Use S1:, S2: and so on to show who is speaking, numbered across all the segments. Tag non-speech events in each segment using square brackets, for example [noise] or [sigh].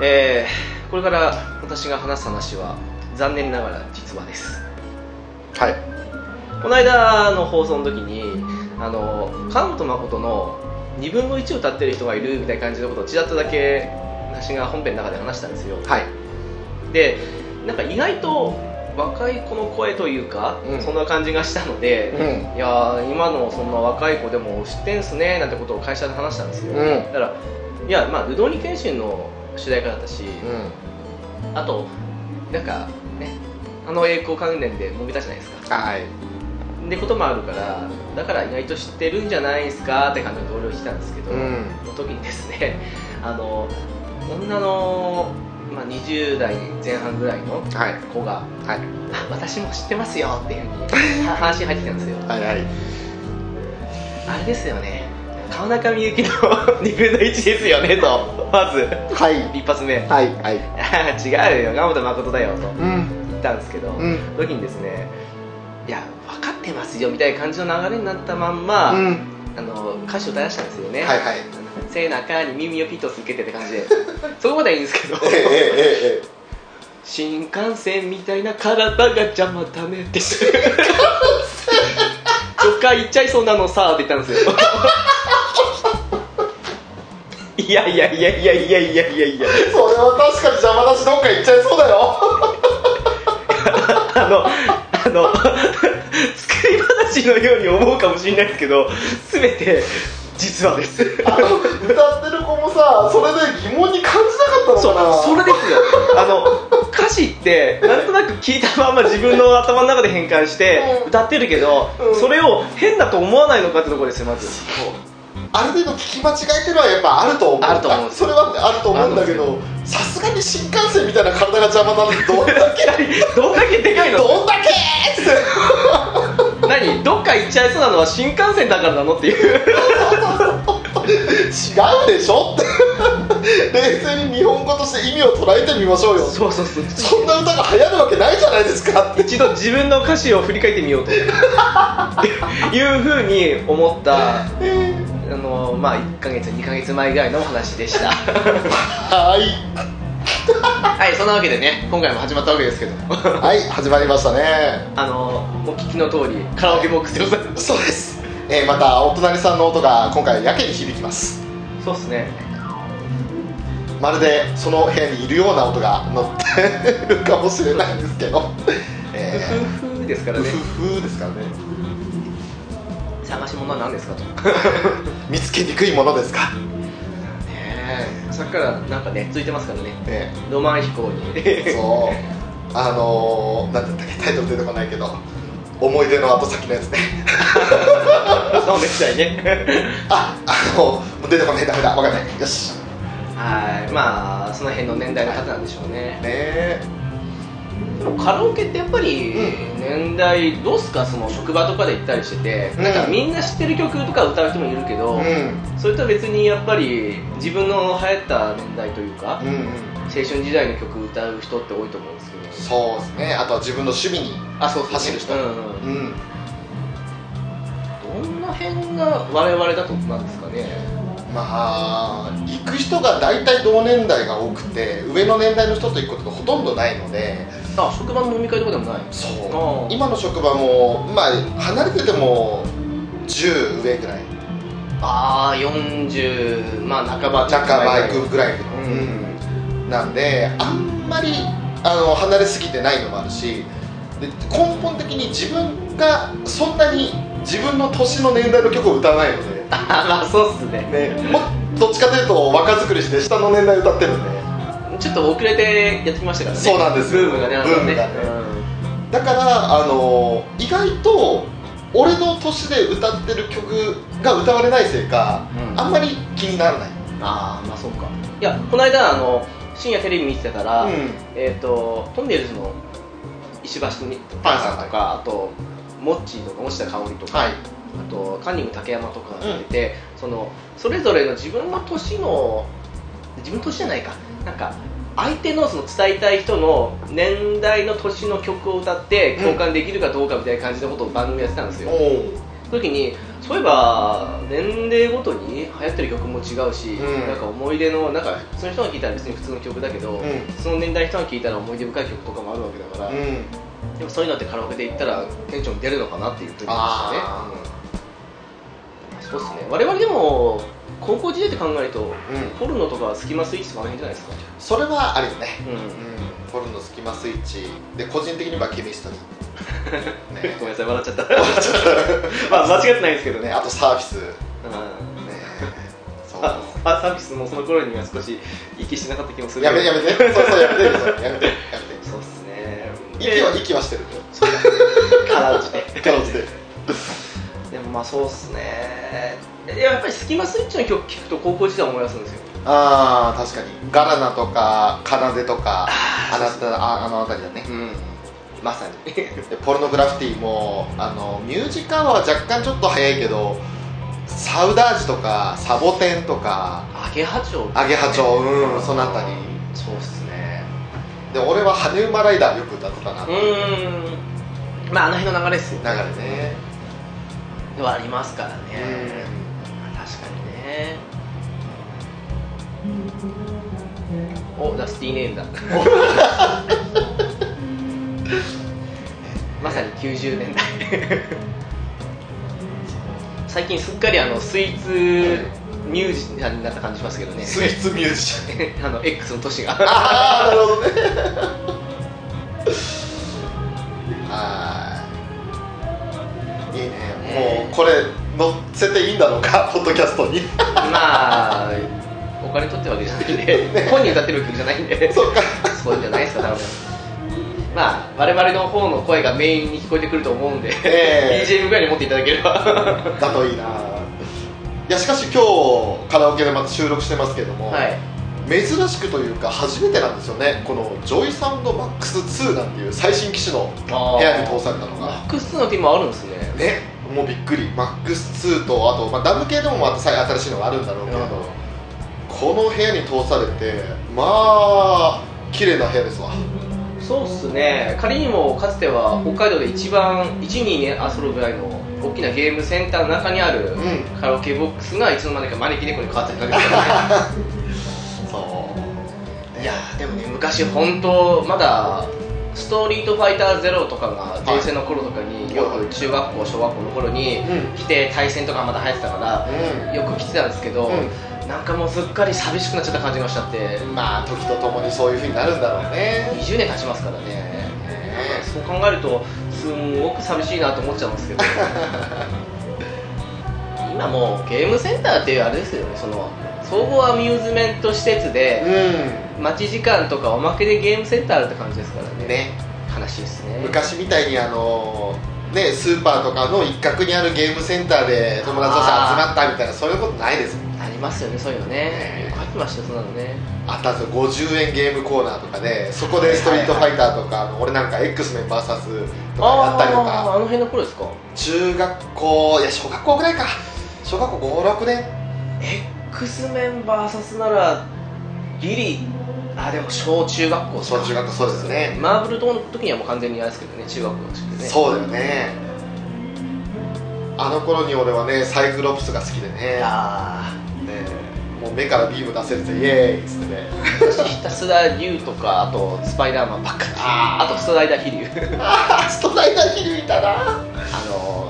S1: えーこれから私が話す話は残念ながら実話です
S2: はい
S1: この間の放送の時にあの菅本誠の2分の1を歌ってる人がいるみたいな感じのことをちらっとだけ私が本編の中で話したんですよ
S2: はい
S1: でなんか意外と若い子の声というか、
S2: うん
S1: そんな感じがしたので、
S2: う
S1: いやー今のそんな若い子でも知ってんすねなんてことを会社で話したんですよ、
S2: うん
S1: だからいやまあ「ルドニケンシン」の主題歌だったし、
S2: うん
S1: あとなんかねあの栄光関連で揉めたじゃないですか
S2: はい
S1: でこともあるからだから意外と知ってるんじゃないですかって感じの同僚に来たんですけど、
S2: うん
S1: の時にですね [laughs] あの女の、まあ、20代前半ぐらいの
S2: はい
S1: 子が
S2: はい
S1: 「あ私も知ってますよ」っていうふう
S2: [laughs]
S1: に話が入ってきたんですよ
S2: はいはい
S1: あれですよね川中美幸の [laughs] 2分の1ですよねとまず
S2: はい
S1: 一発目
S2: はいはい
S1: 「あー違うよ川本誠だよ」と
S2: うん
S1: 言ったんですけど、
S2: うん
S1: 時にですねいや分かってますよみたいな感じの流れになったまんま、
S2: うん
S1: あの歌詞を出したんですよね、
S2: はいはい
S1: 背中に耳をピッとつけてって
S2: [laughs]
S1: 感じでそこまではいいんですけど
S2: えええええ
S1: 新幹線みたいな体が邪魔だねって新幹線どっか行っちゃいそうなのさって言ったん
S2: [laughs]
S1: ですよいやいやいやいやいやいやいやいや
S2: えそれは確かに邪魔だしどっか行っちゃいそうだ [laughs] よ
S1: あの、あの、作り話のように思うかもしれないですけど、すべて実話です。
S2: あの歌ってる子もさそれで疑問に感じなかった
S1: そ
S2: のかな
S1: それですよ。あの、歌詞って、なんとなく聞いたまんま自分の頭の中で変換して
S2: うん
S1: 歌ってるけど、
S2: うん
S1: それを変だと思わないのかってところですよ、ま
S2: [laughs]
S1: ず。
S2: ある程度聞き間違えてるのはやっぱあると思うんだ
S1: あると思う
S2: それはあると思うんだけ
S1: ある
S2: どさすがに新幹線みたいな体が邪魔なんてどんだけ
S1: どんだけでかいの
S2: どんだけって
S1: 何どっか行っちゃいそうなのは新幹線だからなのっていう。
S2: 違うでしょって [laughs] 冷静に日本語として意味を捉えてみましょうよ
S1: そうそうそう。
S2: そんな歌が流行るわけないじゃないですかって
S1: 一度自分の歌詞を振り返ってみよ [laughs] うというふうに思ったあのまあ1ヶ月2ヶ月前ぐらいのお話でした
S2: はい
S1: [laughs] はいそんなわけでね今回も始まったわけですけど
S2: はい始まりましたね
S1: あのお聞きの通りカラオケボックスでございます
S2: そうです、えーまたお隣さんの音が今回やけに響きます
S1: そうっすね
S2: まるでその部屋にいるような音が乗ってるかもしれないんですけど、
S1: ふ
S2: えー
S1: ふふですから
S2: う
S1: ね
S2: ふふですからね
S1: 探し物は何ですかと [laughs] ね
S2: 見つけにくいものですか、
S1: えさっきからなんかねついてますからね
S2: ね、
S1: ロマン飛行に
S2: そうあのー、なんて言ったっけタイトル出てこないけど思い出の後先のやつね
S1: [laughs] そうでしたいね
S2: あ [laughs] あのもう出てこないダメだ分かんないよし
S1: [laughs] はいまあその辺の年代の方なんでしょうね
S2: ねえ
S1: でもカラオケってやっぱり
S2: う
S1: 年代どうっすかその職場とかで行ったりしてて、
S2: うん
S1: なんかみんな知ってる曲とか歌う人もいるけど、
S2: うん
S1: それとは別にやっぱり自分の流行った年代というか、
S2: うんうん
S1: 青春時代の曲歌う人って多いと思うんですけど
S2: そうですねあとは自分の趣味に
S1: あそうそう
S2: 走る人
S1: うんうん
S2: うん
S1: どんな辺が我々だとなんですかね
S2: まあ行く人が大体同年代が多くて上の年代の人と行くことがほとんどないので
S1: あ職場の飲み会とかでもない
S2: そ
S1: あ
S2: う
S1: ー
S2: 今の職場もまあ離れてても10上ぐらい
S1: ああ40まあ半ば
S2: 若干バイクぐらいの、うんなんであんまりあの離れすぎてないのもあるしで根本的に自分がそんなに自分の年の年代の曲を歌わないので、
S1: あ [laughs] まあそうっすね
S2: ね、もうどっちかというと若作りして下の年代歌ってるんで
S1: ちょっと遅れてやってきましたからね
S2: そうなんです
S1: ブ
S2: よ
S1: ームがねあの
S2: ブームがねだからあの意外と俺の年で歌ってる曲が歌われないせいか
S1: うんうん
S2: あんまり気にならない、
S1: ああまあそうかいやこの間あの深夜テレビ見てたら、
S2: うん
S1: えっ、とトンネルズの石橋にパンさんとかあとモッチーとか持田香織とか、
S2: はい
S1: あとカンニング竹山とかが出て、そのそれぞれの自分の年の自分の年じゃないかなんか相手のその伝えたい人の年代の年の曲を歌って共感できるかどうかみたいな感じのことを番組やってたんですよ、
S2: お
S1: 時にそういえば年齢ごとに流行ってる曲も違うし、
S2: うん
S1: なんか思い出のなんか普通の人が聴いたら別に普通の曲だけど、
S2: ん
S1: その年代の人が聴いたら思い出深い曲とかもあるわけだから、
S2: うん
S1: でもそういうのってカラオケで行ったらテンション出るのかなっていう時でした
S2: あ
S1: ね、うんそうですね我々でも高校時代って考えると
S2: ーうん
S1: ポルノとかスキマスイッチとかあの辺じゃないですか、
S2: それはあるよね
S1: うん
S2: うんポルノスキマスイッチで個人的にはケミストリ
S1: [laughs]
S2: ーね
S1: ごめんなさい笑っちゃった [laughs] まあ間違ってないですけどね
S2: ねあとサーフィスね
S1: うん
S2: そう
S1: ああサービスもその頃には少し息しなかった気もする
S2: やめてやめてそうそうやめてやめてやめ
S1: そうっすね
S2: て息は息はしてる
S1: カラオケで
S2: けど彼女で
S1: [laughs] でもまあそうっすねいややっぱりスキマスイッチの曲聴くと高校時代を思い出すんですよ
S2: ああ確かにガラナとかカナデとかあなたああの辺りだね
S1: うんまさに
S2: でポルノグラフィティもあのミュージカルは若干ちょっと早いけどサウダージとかサボテンとか
S1: [laughs] アゲハチョウ
S2: アゲハチョウうんそのあたり
S1: そうっすね
S2: で俺は羽生馬ライダーよく歌ってたな
S1: う
S2: 流
S1: ーんまああの辺の流れっすよ
S2: れね
S1: ではありますから
S2: う
S1: ね
S2: ん
S1: 確かにねおダスティーネームだまさに90年代最近すっかりあのスイーツミュージシャンになった感じしますけどね
S2: スイーツミュージシャ
S1: [laughs]
S2: ン
S1: あの X の年が
S2: [laughs] ああなるほどねはいいいねもうこれ乗せていいんだろうか [laughs] ポッドキャストに
S1: まあお金取ってるわけじゃないん
S2: [laughs]
S1: で本人歌ってる曲じゃないんで
S2: そっか
S1: そういうんじゃないですか多分まあ我々の方の声がメインに聞こえてくると思うんで、 [laughs]
S2: ええ
S1: BGM ぐらいに持っていただけれ
S2: [laughs]
S1: ば
S2: だといいないやしかし今日カラオケでまた収録してますけども、
S1: はい
S2: 珍しくというか初めてなんですよねこのジョイサウンドマックス2なんていう最新機種の部屋に搭載されたの
S1: マ
S2: が
S1: ックスのって今あるんですね
S2: ねもうびっくりマックス2とあと、まあ、ダム系でもまた最新しいのがあるんだろうけど、
S1: うん
S2: この部屋に通されてまあ綺麗な部屋ですわ
S1: そうっすね仮にもかつては北海道で一番1にね遊ぶぐらいの大きなゲームセンターの中にある
S2: うん
S1: カラオケボックスがいつの間にか招き猫に変わってたりとかね
S2: そう
S1: いやーでもね昔本当まだストリートファイターゼロとかが
S2: い
S1: 前世の頃とかによく中学校小学校の頃に
S2: うん
S1: 来て対戦とかまだ流行ってたか
S2: う
S1: らよく来てたんですけど、
S2: う
S1: なんかもうすっかり寂しくなっちゃった感じがしちゃって
S2: んまあ時とともにそういう風になるんだろうね
S1: 20年経ちますからねそう考えるとすんごく寂しいなと思っちゃうん
S2: [laughs]
S1: ですけど今もうゲームセンターっていうあれですよねその総合アミューズメント施設で
S2: う
S1: 待ち時間とかおまけでゲームセンターあるって感じですからね
S2: んね
S1: 悲しいですね
S2: 昔みたいにあのねスーパーとかの一角にあるゲームセンターで友達として集まったみたいなそういうことないですもん
S1: ありますよねそういうのね
S2: ね
S1: よくありましたよそんなのね
S2: あったんですよ50円ゲームコーナーとかでそこで「ストリートファイター」とか、あの俺なんか X メン VS とかやったりと
S1: あーあ
S2: か
S1: の辺の頃ですか
S2: 中学校いや小学校ぐらいか小学校56年
S1: X メン VS ならギリあでも小中学校
S2: 小中学校そうですね、
S1: マーブルの時にはもう完全にあれですけどね中学校の時ねう
S2: そうだよねあの頃に俺はねサイクロプスが好きでね
S1: や
S2: ねもう目からビーム出せるぜイエーイっつってね [laughs]
S1: ー私ひたすら竜とかあとスパイダーマンばっかりあ
S2: あ
S1: とストライダー飛竜 [laughs]
S2: あストライダーヒルいたな
S1: あの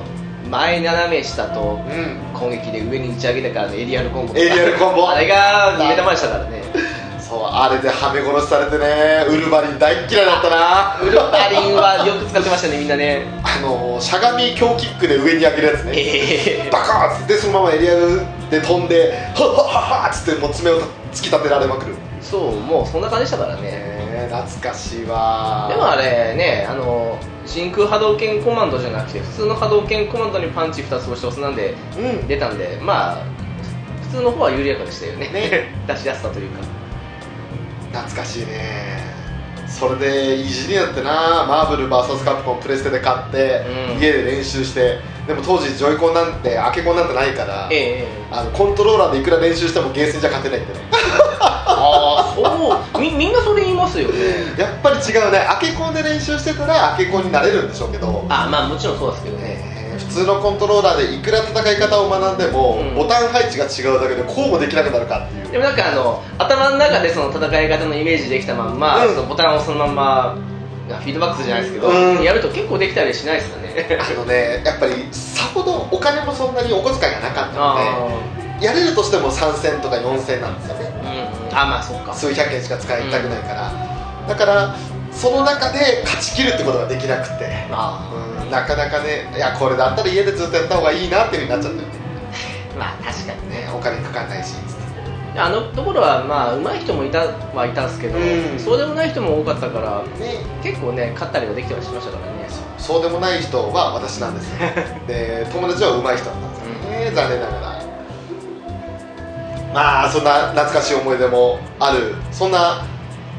S1: 前斜め下と
S2: うん
S1: 攻撃で上に打ち上げたからのエリアルコンボとか
S2: エリアルコンボ
S1: あれが目玉でしたからね
S2: そうあれではめ殺しされてねウルヴァリン大っ嫌いだったな
S1: ウルヴァリンはよく使ってましたねみんなね
S2: あのしゃがみ強キックで上に上げるやつね
S1: ええ
S2: バカーッつってそのままエリアルで飛んでハッハッハッハッつってもう爪を突き立てられまくるね
S1: [laughs] そうもうそんな感じでしたからね
S2: え懐かしいわ
S1: でもあれねあの真空波動拳コマンドじゃなくて普通の波動拳コマンドにパンチ2つ押して押すなんで
S2: うん
S1: 出たんでまあ普通の方は緩やかでしたよね
S2: ね
S1: 出しやすさというか
S2: 懐かしいねそれでいじりだってなマーブル VS カプコンプレステで買って、
S1: うん
S2: 家で練習してでも当時ジョイコンなんてアケコンなんてないから、
S1: ええ
S2: あのコントローラーでいくら練習してもゲーセンじゃ勝てないんでね
S1: ああそうみみんなそれ言いますよね
S2: やっぱり違うねアケコンで練習してたらアケコンになれるんでしょうけど
S1: あまあもちろんそうですけどね
S2: えね普通のコントローラーでいくら戦い方を学んでも、
S1: うん
S2: ボタン配置が違うだけでこうもできなくなる
S1: [laughs]
S2: かっていう
S1: でもなんかあの頭の中でその戦い方のイメージできたまんま、
S2: うん
S1: そのボタンをそのまんまフィードバックするじゃないですけど、
S2: うん
S1: やると結構できたりしないですかね
S2: あのねやっぱりさほどお金もそんなにお小遣いがなかった
S1: あ
S2: のでやれるとしても3000とか4000なんですよね
S1: ー、うん、あまあそうか
S2: 数百円しか使いたくないから、だからその中で勝ち切るってことができなくて、
S1: まあ
S2: うんなかなかねいやこれだったら家でずっとやった方がいいなっていう風になっちゃったよね
S1: まあ確かに
S2: ねお金かかんないしつって
S1: あのところはまあ上手い人もいたはいたんですけど、
S2: うん
S1: そうでもない人も多かったから
S2: ね
S1: 結構ね勝ったりはできてはしましたからね
S2: そうでもない人は私なんですよで友達は上手い人だったんですよね、残念ながらまあそんな懐かしい思い出もあるそんな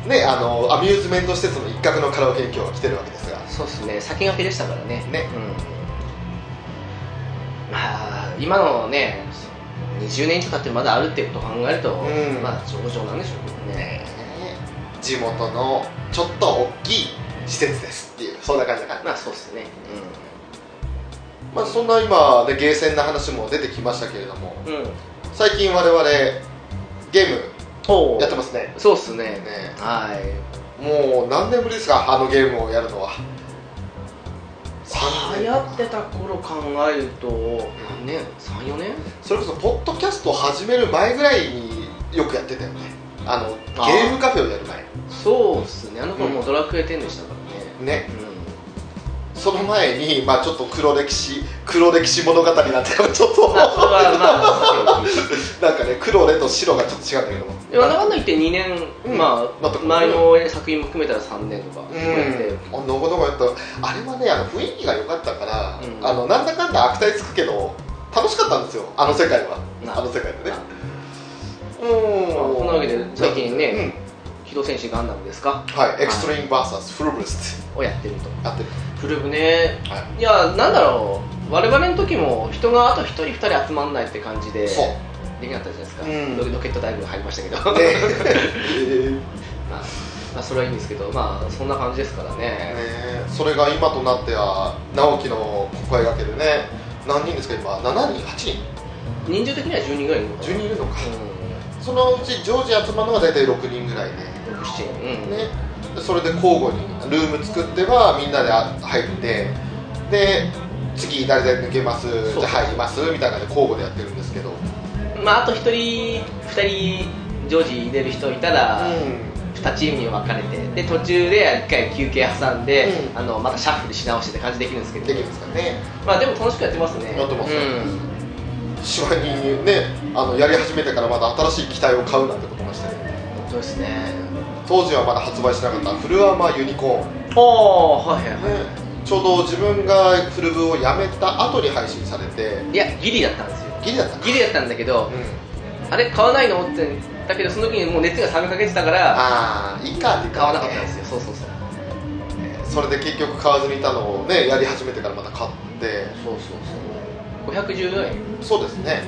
S2: ねあのアミューズメント施設の一角のカラオケに今日は来てるわけですが
S1: そうですね先駆けでしたからね
S2: ね
S1: うんまあ今のね20年以上経ってまだあるってことを考えると、
S2: うん
S1: まあ上々なんでしょうけどね
S2: 地元のちょっと大きい施設ですっていうそんな感じだから、
S1: まあそうですね
S2: まあ、そんな今でゲーセンな話も出てきましたけれども
S1: うん、うん、
S2: 最近我々ゲーム
S1: お
S2: やってますね
S1: そうっすね
S2: ね
S1: はい
S2: もう何年ぶりですかあのゲームをやるのは3
S1: 流行ってた頃考えると何年34年
S2: それこそポッドキャストを始める前ぐらいによくやってたよねあの
S1: あー
S2: ゲームカフェをやる
S1: そうっすねあの頃もうんドラクエ10でしたからね
S2: 前ね
S1: う
S2: その前にまあちょっと黒歴史黒歴史物語なんてちょっと
S1: んまあそれは [laughs] まあ
S2: なんかね黒レと白がちょっと違うんだけども
S1: でもなんだかんだ言って2年、
S2: うん
S1: ま
S2: だっ
S1: あ
S2: た
S1: 前の作品も含めたら3年とか
S2: う
S1: やって、
S2: ん、あのこのこやったあれはねあの雰囲気が良かったから、
S1: うん
S2: あのなんだかんだ悪態つくけど楽しかったんですよあの世界は
S1: な
S2: あの世界でね
S1: そんなわけで最近ね
S2: うん
S1: 機動戦士ガンダムですか
S2: はい、エクストリーム VS フルブレス
S1: をやってると
S2: トやってる、
S1: フルブね
S2: はい
S1: やなんだろう我々の時も人があと1人2人集まんないって感じで
S2: い、そう、
S1: できなかったじゃないですか、
S2: うん
S1: ロロケットダイブが入りましたけど、
S2: ね
S1: [laughs]
S2: [laughs]
S1: まあ、まあそれはいいんですけどまあそんな感じですからね
S2: ねそれが今となっては直樹の声掛けでね何人ですか今7人8人
S1: 人数的には10人ぐらいいるのかな
S2: 10人いるのかそのうち常時集まるのが大体6人ぐらいで、
S1: うん6 7うん、
S2: ね、でそれで交互にルーム作ってはみんなであ入ってで次誰々抜けます
S1: そう
S2: じゃあ入りますみたいなので交互でやってるんですけど、
S1: まああと1人2人常時入れる人いたら、
S2: う
S1: 2チームに分かれてで途中で1回休憩挟んで、
S2: うん
S1: あのまたシャッフルし直してって感じできるんですけ
S2: ん、
S1: ど
S2: できるんですかね
S1: まあでも楽しくやってますね
S2: やってます
S1: うん
S2: 芝にねあのやり始めてからまだ新しい機体を買うなんてこともしてね
S1: 本当ですね
S2: 当時はまだ発売しなかったフルアーマーユニコーン、
S1: ああはいはいは
S2: ね、ちょうど自分がフルブをやめた後に配信されて
S1: いいやギリだったんですよ
S2: ギリだったか
S1: ギリだったんだけど
S2: うん
S1: あれ買わないのってだけどその時にもう熱が冷めかけてたから
S2: ああいいかって
S1: 買わなかったんですよそうそうそう
S2: それで結局買わずにいたのをねやり始めてからまた買って
S1: そうそうそう514円
S2: そうですね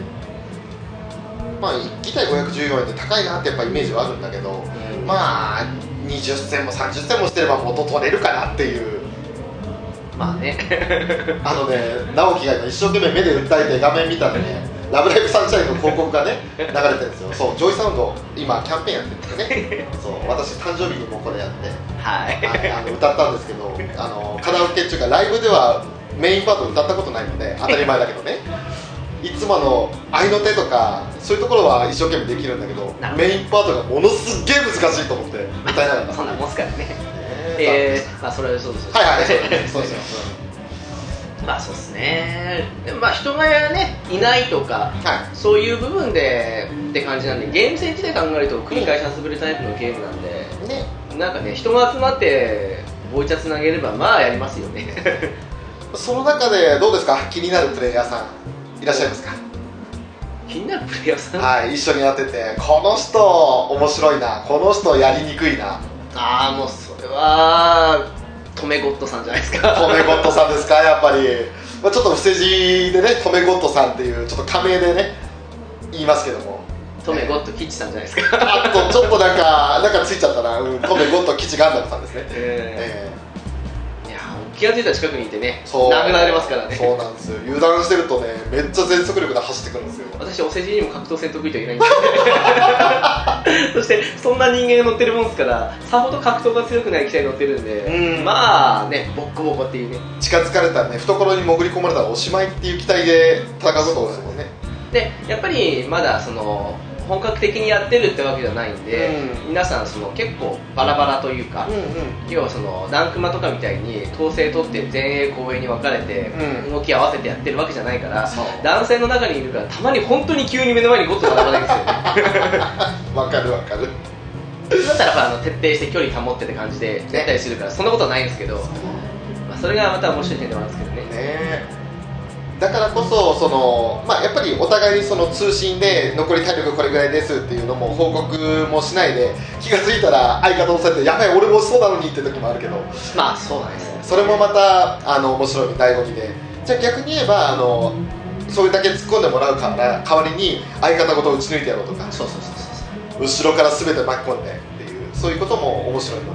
S2: まあ1機体514円って高いなってやっぱイメージはあるんだけど
S1: まあ
S2: まあ20銭も30銭もしてれば元取れるかなっていう
S1: まあね
S2: あのね直樹が今一生懸命目で訴えて画面見たらね「ラブライブサンシャイン」の広告がね流れてるんですよそうジョイサウンド今キャンペーンやってるんですよねそう私誕生日にもこれやって
S1: [laughs] はい
S2: ああの歌ったんですけどあのカラオケっていうかライブではメインパート歌ったことないので当たり前だけどねいつもあの合いの手とかそういうところは一生懸命できるんだけど
S1: なるほど
S2: メインパートがものすっげえ難しいと思って歌えなかった
S1: そんなもんすからね
S2: え
S1: えー、まあそれはそうですよ
S2: はいはいはいそうですよそうですよ
S1: まあそうですねでもまあ人がねいないとか
S2: は
S1: そういう部分でって感じなんでゲーム性自体考えると繰り返し遊べるタイプのゲームなんで、
S2: いね
S1: なんかね人が集まってボイチャつなげればまあやりますよね [laughs]
S2: その中でどうですか気になるプレイヤーさんいらっしゃいますか
S1: 気になるプレイヤーさんあ
S2: はい一緒にやっててこの人面白いなこの人やりにくいな
S1: あもうそれはトメゴットさんじゃないですか
S2: トメゴットさんですか [laughs] やっぱり、まあ、ちょっと伏せ字でねトメゴットさんっていうちょっと仮名でね言いますけども
S1: トメゴット吉さんじゃないですか、
S2: あとちょっとなんかなんかついちゃったな、うん、トメゴット吉ガンダムさんですね、
S1: え
S2: え
S1: ーいや本気が付いたら近くにいてね
S2: そう
S1: 殴られますからね
S2: そうなんですよ油断してるとねめっちゃ全速力で走ってくるんですよ
S1: 私お世辞にも格闘戦得意と言えないんですよ [laughs] そしてそんな人間が乗ってるもんですからさほど格闘が強くない機体乗ってるんで、
S2: うん
S1: まあねボッコボコっていうね
S2: 近づかれたらね懐に潜り込まれたらおしまいっていう期待で戦うことですもんね
S1: でやっぱりまだその本格的にやってるってわけじゃないんで、
S2: うん
S1: 皆さんその結構バラバラというか、要はそのランクマとかみたいに統制取って前衛後衛に分かれて
S2: うん
S1: 動き合わせてやってるわけじゃないから、
S2: そう
S1: 男性の中にいるからたまに本当に急に目の前にゴッと並ばないんですよね
S2: わかるわかる
S1: だったらやっぱあの徹底して距離保ってって感じでやったりするからそんなことはないんですけど、まあ、それがまた面白い点でもあるんですけどね
S2: ねだからこそその、まあ、やっぱりお互いその通信で残り体力これぐらいですっていうのも報告もしないで気が付いたら相方をされてやばい俺もそうなのにって時もあるけど
S1: まあそうなんですよ
S2: それもまたあの面白い醍醐味でじゃあ逆に言えばあのそれだけ突っ込んでもらうから代わりに相方ごと打ち抜いてやろうとか
S1: そうそうそうそう
S2: 後ろから全て巻き込んでっていうそういうことも面白いの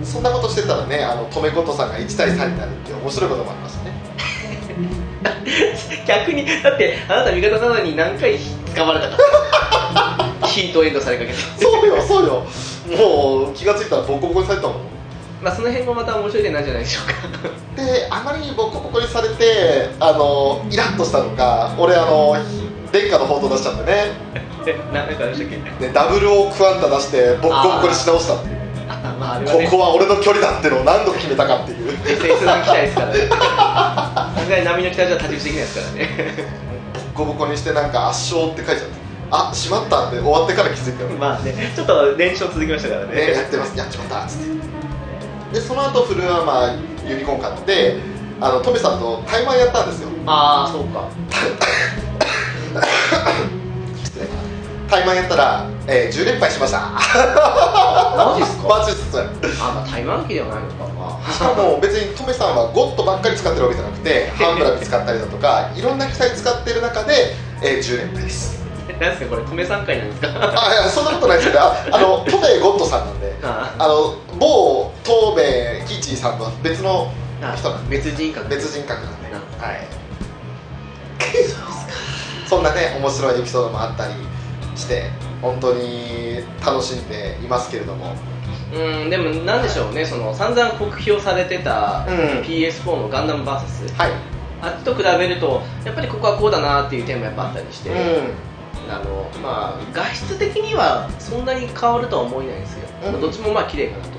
S2: でそんなことしてたらねあの留めことさんが1対3になるっていう面白いこともありましたね
S1: 逆にだってあなた味方なのに何回捕まれた [laughs] かヒートエンドされかけて
S2: そうよそうよもう気がついたらボコボコにされてたもん
S1: まあその辺もまた面白い点なんじゃないでしょうか
S2: であまりにボコボコにされてあのイラッとしたのか俺あの殿下の報道出しちゃってね
S1: えななんかあれでしたっけ
S2: でダブルをクワンダ出してボッコボコにし直したっていう
S1: あまああれはね
S2: ここは俺の距離だってのを何度決めたかっていう
S1: SS の機体です [laughs] からねさすがに波の機体じゃ太刀打ちできないですからね
S2: ボコボコにしてなんか圧勝って書いちゃってあしまったって終わってから気づいたよね
S1: まあねちょっと連勝続きましたからね
S2: ねやってますやっちまったっつってでその後フルアーマーユニコーン買ってあのトメさんと対マンやったんですよ
S1: ああそうか
S2: 失礼タイマンやったら、えー10連敗しました
S1: マジっすか
S2: マジっす
S1: あまあ台湾機ではないのかまあ
S2: しかも別にトメさんはゴッドばっかり使ってるわけじゃなく
S1: [laughs]
S2: てハンブラビ使ったりだとかいろんな機体使ってる中で、えー10連敗です
S1: なんですかこれ、止め3回なんですか
S2: あいやそんなことないですけどああのトメゴッドさんなんで
S1: あ
S2: あの某東米キチさんとは別の
S1: あ
S2: 人なんで
S1: 別人格
S2: 別人格なんで
S1: な
S2: はいそんなね面白いエピソードもあったりして本当に楽しんでいますけれども
S1: うんでもなんでしょうねその散々酷評されてた
S2: うん
S1: PS4 のガンダム VS
S2: はい
S1: あっちと比べるとやっぱりここはこうだなっていう点もやっぱあったりして、
S2: う
S1: あのまあ画質的にはそんなに変わるとは思えないんですよ、
S2: うん
S1: どっちもまあ綺麗かなと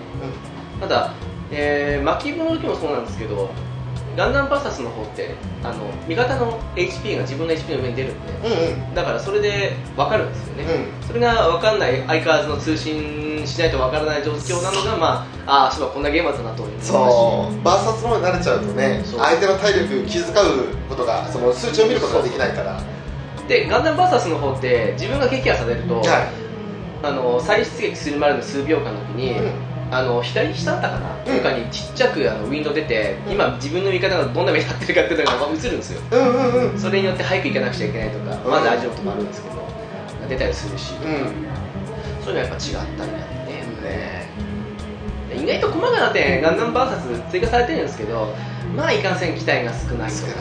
S1: ただ、えー、巻き棒の時もそうなんですけどガンダム VS の方ってあの味方の HP が自分の HP の上に出るんで
S2: んうん
S1: だからそれで分かるんですよね、
S2: うん
S1: それが分かんない相変わらずの通信しないと分からない状況なのがまあああそういえばこんなゲームだったなと思いましたし
S2: そうバーサスの方に慣れちゃうとね
S1: そう
S2: 相手の体力気遣うことがその数値を見ることができないから
S1: でガンダム VS の方って自分が撃破されると、
S2: はい
S1: あの再出撃するまでの数秒間の時に、あの左下だったかな、
S2: うん
S1: 中にちっちゃくあのウィンドウ出て、
S2: うん
S1: 今自分の味方がどんな目に遭ってるかっていうのが映るんですよ
S2: うんうんうんうん
S1: それによって早く行かなくちゃいけないとか、
S2: うん
S1: まだ味のこともあるんですけど出たりするし、
S2: うん
S1: そういうのはやっぱ違ったりだねね意外と細かな点ガンダム VS 追加されてるんですけどまあいかんせん機体が少ないと
S2: 少ない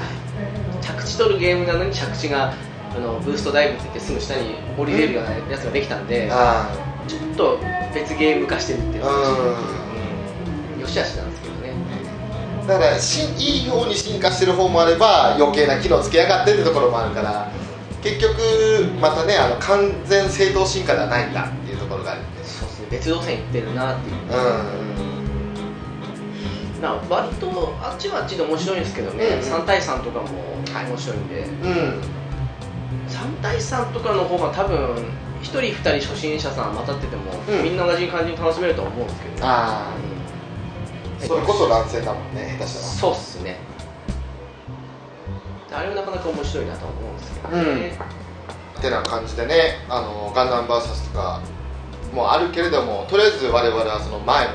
S1: 着地取るゲームなのに着地があのブーストダイブって言ってすぐ下に降りれるようなやつができたんで、
S2: あ
S1: ちょっと別ゲーム化してるっていうのが
S2: あ
S1: うんよしあしなんですけどね
S2: うんだからしいい方に進化してる方もあれば余計な機能つけやがってってところもあるから結局またねあの完全正当進化ではないんだっていうところがあるんで
S1: そうですね別路線行ってるなっていう
S2: うん
S1: な割とあっちはあっちで面白いんですけどね、
S2: うん
S1: 3対3とかも面白いんで、
S2: うん
S1: 3対3とかの方が多分1人2人初心者さん混ざってても、
S2: うん
S1: みんな同じ感じに楽しめるとは思うんですけど、
S2: ああそれこそ男性だもんね下手した
S1: そうっすねあれはなかなか面白いなとは思うんですけどね、
S2: らってな感じでねあのガンダム VS とかもあるけれどもとりあえず我々はその前の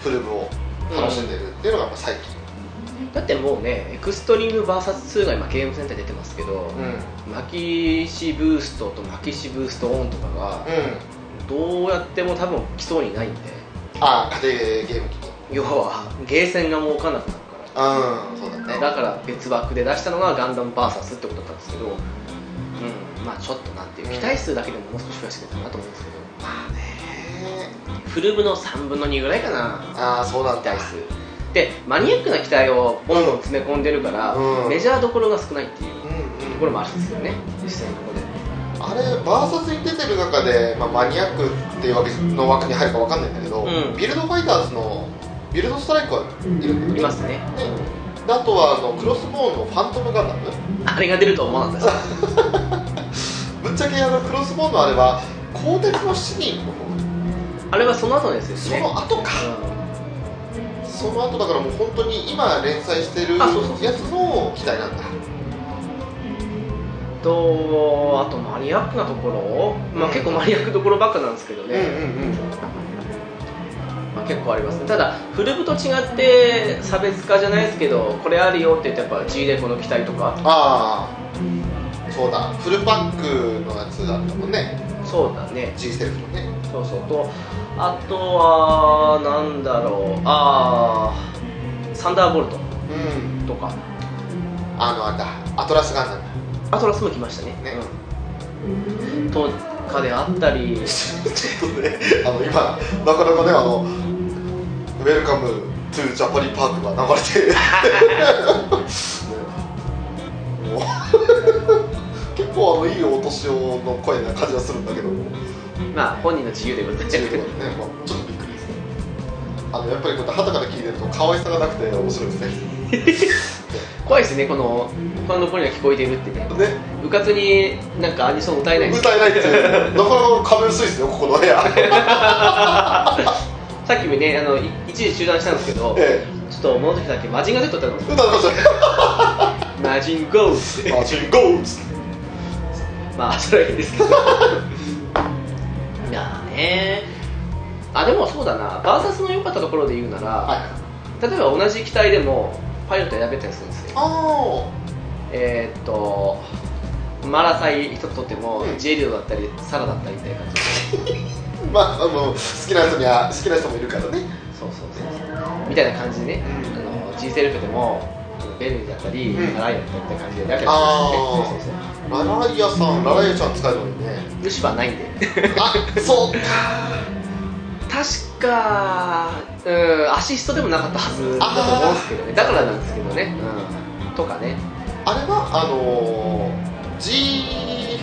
S2: フルブを楽しんでるっていうのがまあ最近
S1: だってもうねエクストリーム VS2 が今ゲームセンターで出てますけど、
S2: うんうん
S1: マキシブーストとマキシブーストオンとかがどうやっても多分来そうにないんで
S2: ああ家庭ゲーム機
S1: 要はゲーセンが儲かんなくなるか
S2: うんそうだね
S1: だから別枠で出したのがガンダム VS ってことだったんですけど、うん、まあちょっとなんていう期待数だけでももう少し増やしてくれたらなと思うんですけど、
S2: まあね
S1: フル部の3分の2ぐらいかな
S2: ああそうなん
S1: 期
S2: だ
S1: 待数でマニアックな期待をボンボン詰め込んでるから、
S2: うん
S1: メジャーどころが少ないっていう
S2: うん
S1: とこ
S2: う
S1: ろ
S2: ん
S1: もあるんですよね実際のところで
S2: あれバーサスに出てる中で、まあ、マニアックっていうわけの枠に入るかわかんないんだけど、
S1: うん
S2: ビルドファイターズのビルドストライクはいるんだ
S1: い
S2: よね
S1: ますね
S2: であとはあのクロスボーンのファントムガンダム
S1: あれが出ると思わなかったです
S2: ぶっちゃけあのクロスボーンのあれは鋼鉄の7人の方
S1: あれはその後のやつです
S2: そ
S1: ね
S2: の後かその後だからもう本当に今連載してる
S1: あそうそうそう
S2: やつの機体なんだ
S1: うんとあとマニアックなところ、まあ、結構マニアックどころばっかなんですけどね、
S2: うん
S1: まあ、結構ありますねただフル部と違って差別化じゃないですけどこれあるよって言ってやっぱ G レコの機体とか
S2: ああそうだフルパックのやつだったもんね
S1: そうだね
S2: G セルフのね
S1: そうそうとあとはなんだろうああサンダーボルト
S2: うん
S1: とか
S2: あのあれだアトラスガンダム
S1: アトラスも来ましたね
S2: ね
S1: うんとかであったり
S2: ちょっとね [laughs] あの今なかなかねあのウェルカムトゥジャパニーパークが流れて [laughs] ねもう [laughs] 結構あのいいお年をの声な感じがするんだけども
S1: まあ本人の自由でございます
S2: ちょっとね、まあ、ちょっとびっくりですねあのやっぱりこうやって旗から聞いてると可愛さがなくて面白いですね
S1: 怖いですねこの他の声が聞こえてるってね
S2: ね
S1: うかつになんかアニソン歌えないです
S2: 歌えないっていうなかなか壁薄いですよここの
S1: [laughs]
S2: 部屋
S1: さっきもねあのい一時中断したんですけど
S2: ええ
S1: ちょっと物の時だけマジンガー Z ってあるんです
S2: 歌って
S1: [laughs]
S2: ましたね
S1: マジンゴーって
S2: 「マジンゴーっつって」
S1: [laughs] まあそれはいいんですけど [laughs] いやーねあでもそうだなバーサスの良かったところで言うなら、
S2: はい
S1: 例えば同じ機体でもパイロット選べたりするんですよ
S2: あ
S1: えー、っとマラサイ一つとっても、
S2: うん
S1: ジェリオだったりサラだったりっていう感じ
S2: あまああの好きな人には好きな人もいるからね
S1: そうそうそうそうみたいな感じでね、
S2: うん
S1: あの G セルフでもあのベルだったり、
S2: うん
S1: ライアンだったりみたいな感じで選べたりするんですね
S2: あー
S1: そうそうそ
S2: ラライアさんラライアちゃん使えるのにね
S1: うルシファーないんで
S2: あそうか
S1: 確かうんアシストでもなかったはずだと思うんですけどねだからなんですけどね、うん、とかね
S2: あれはあのー、G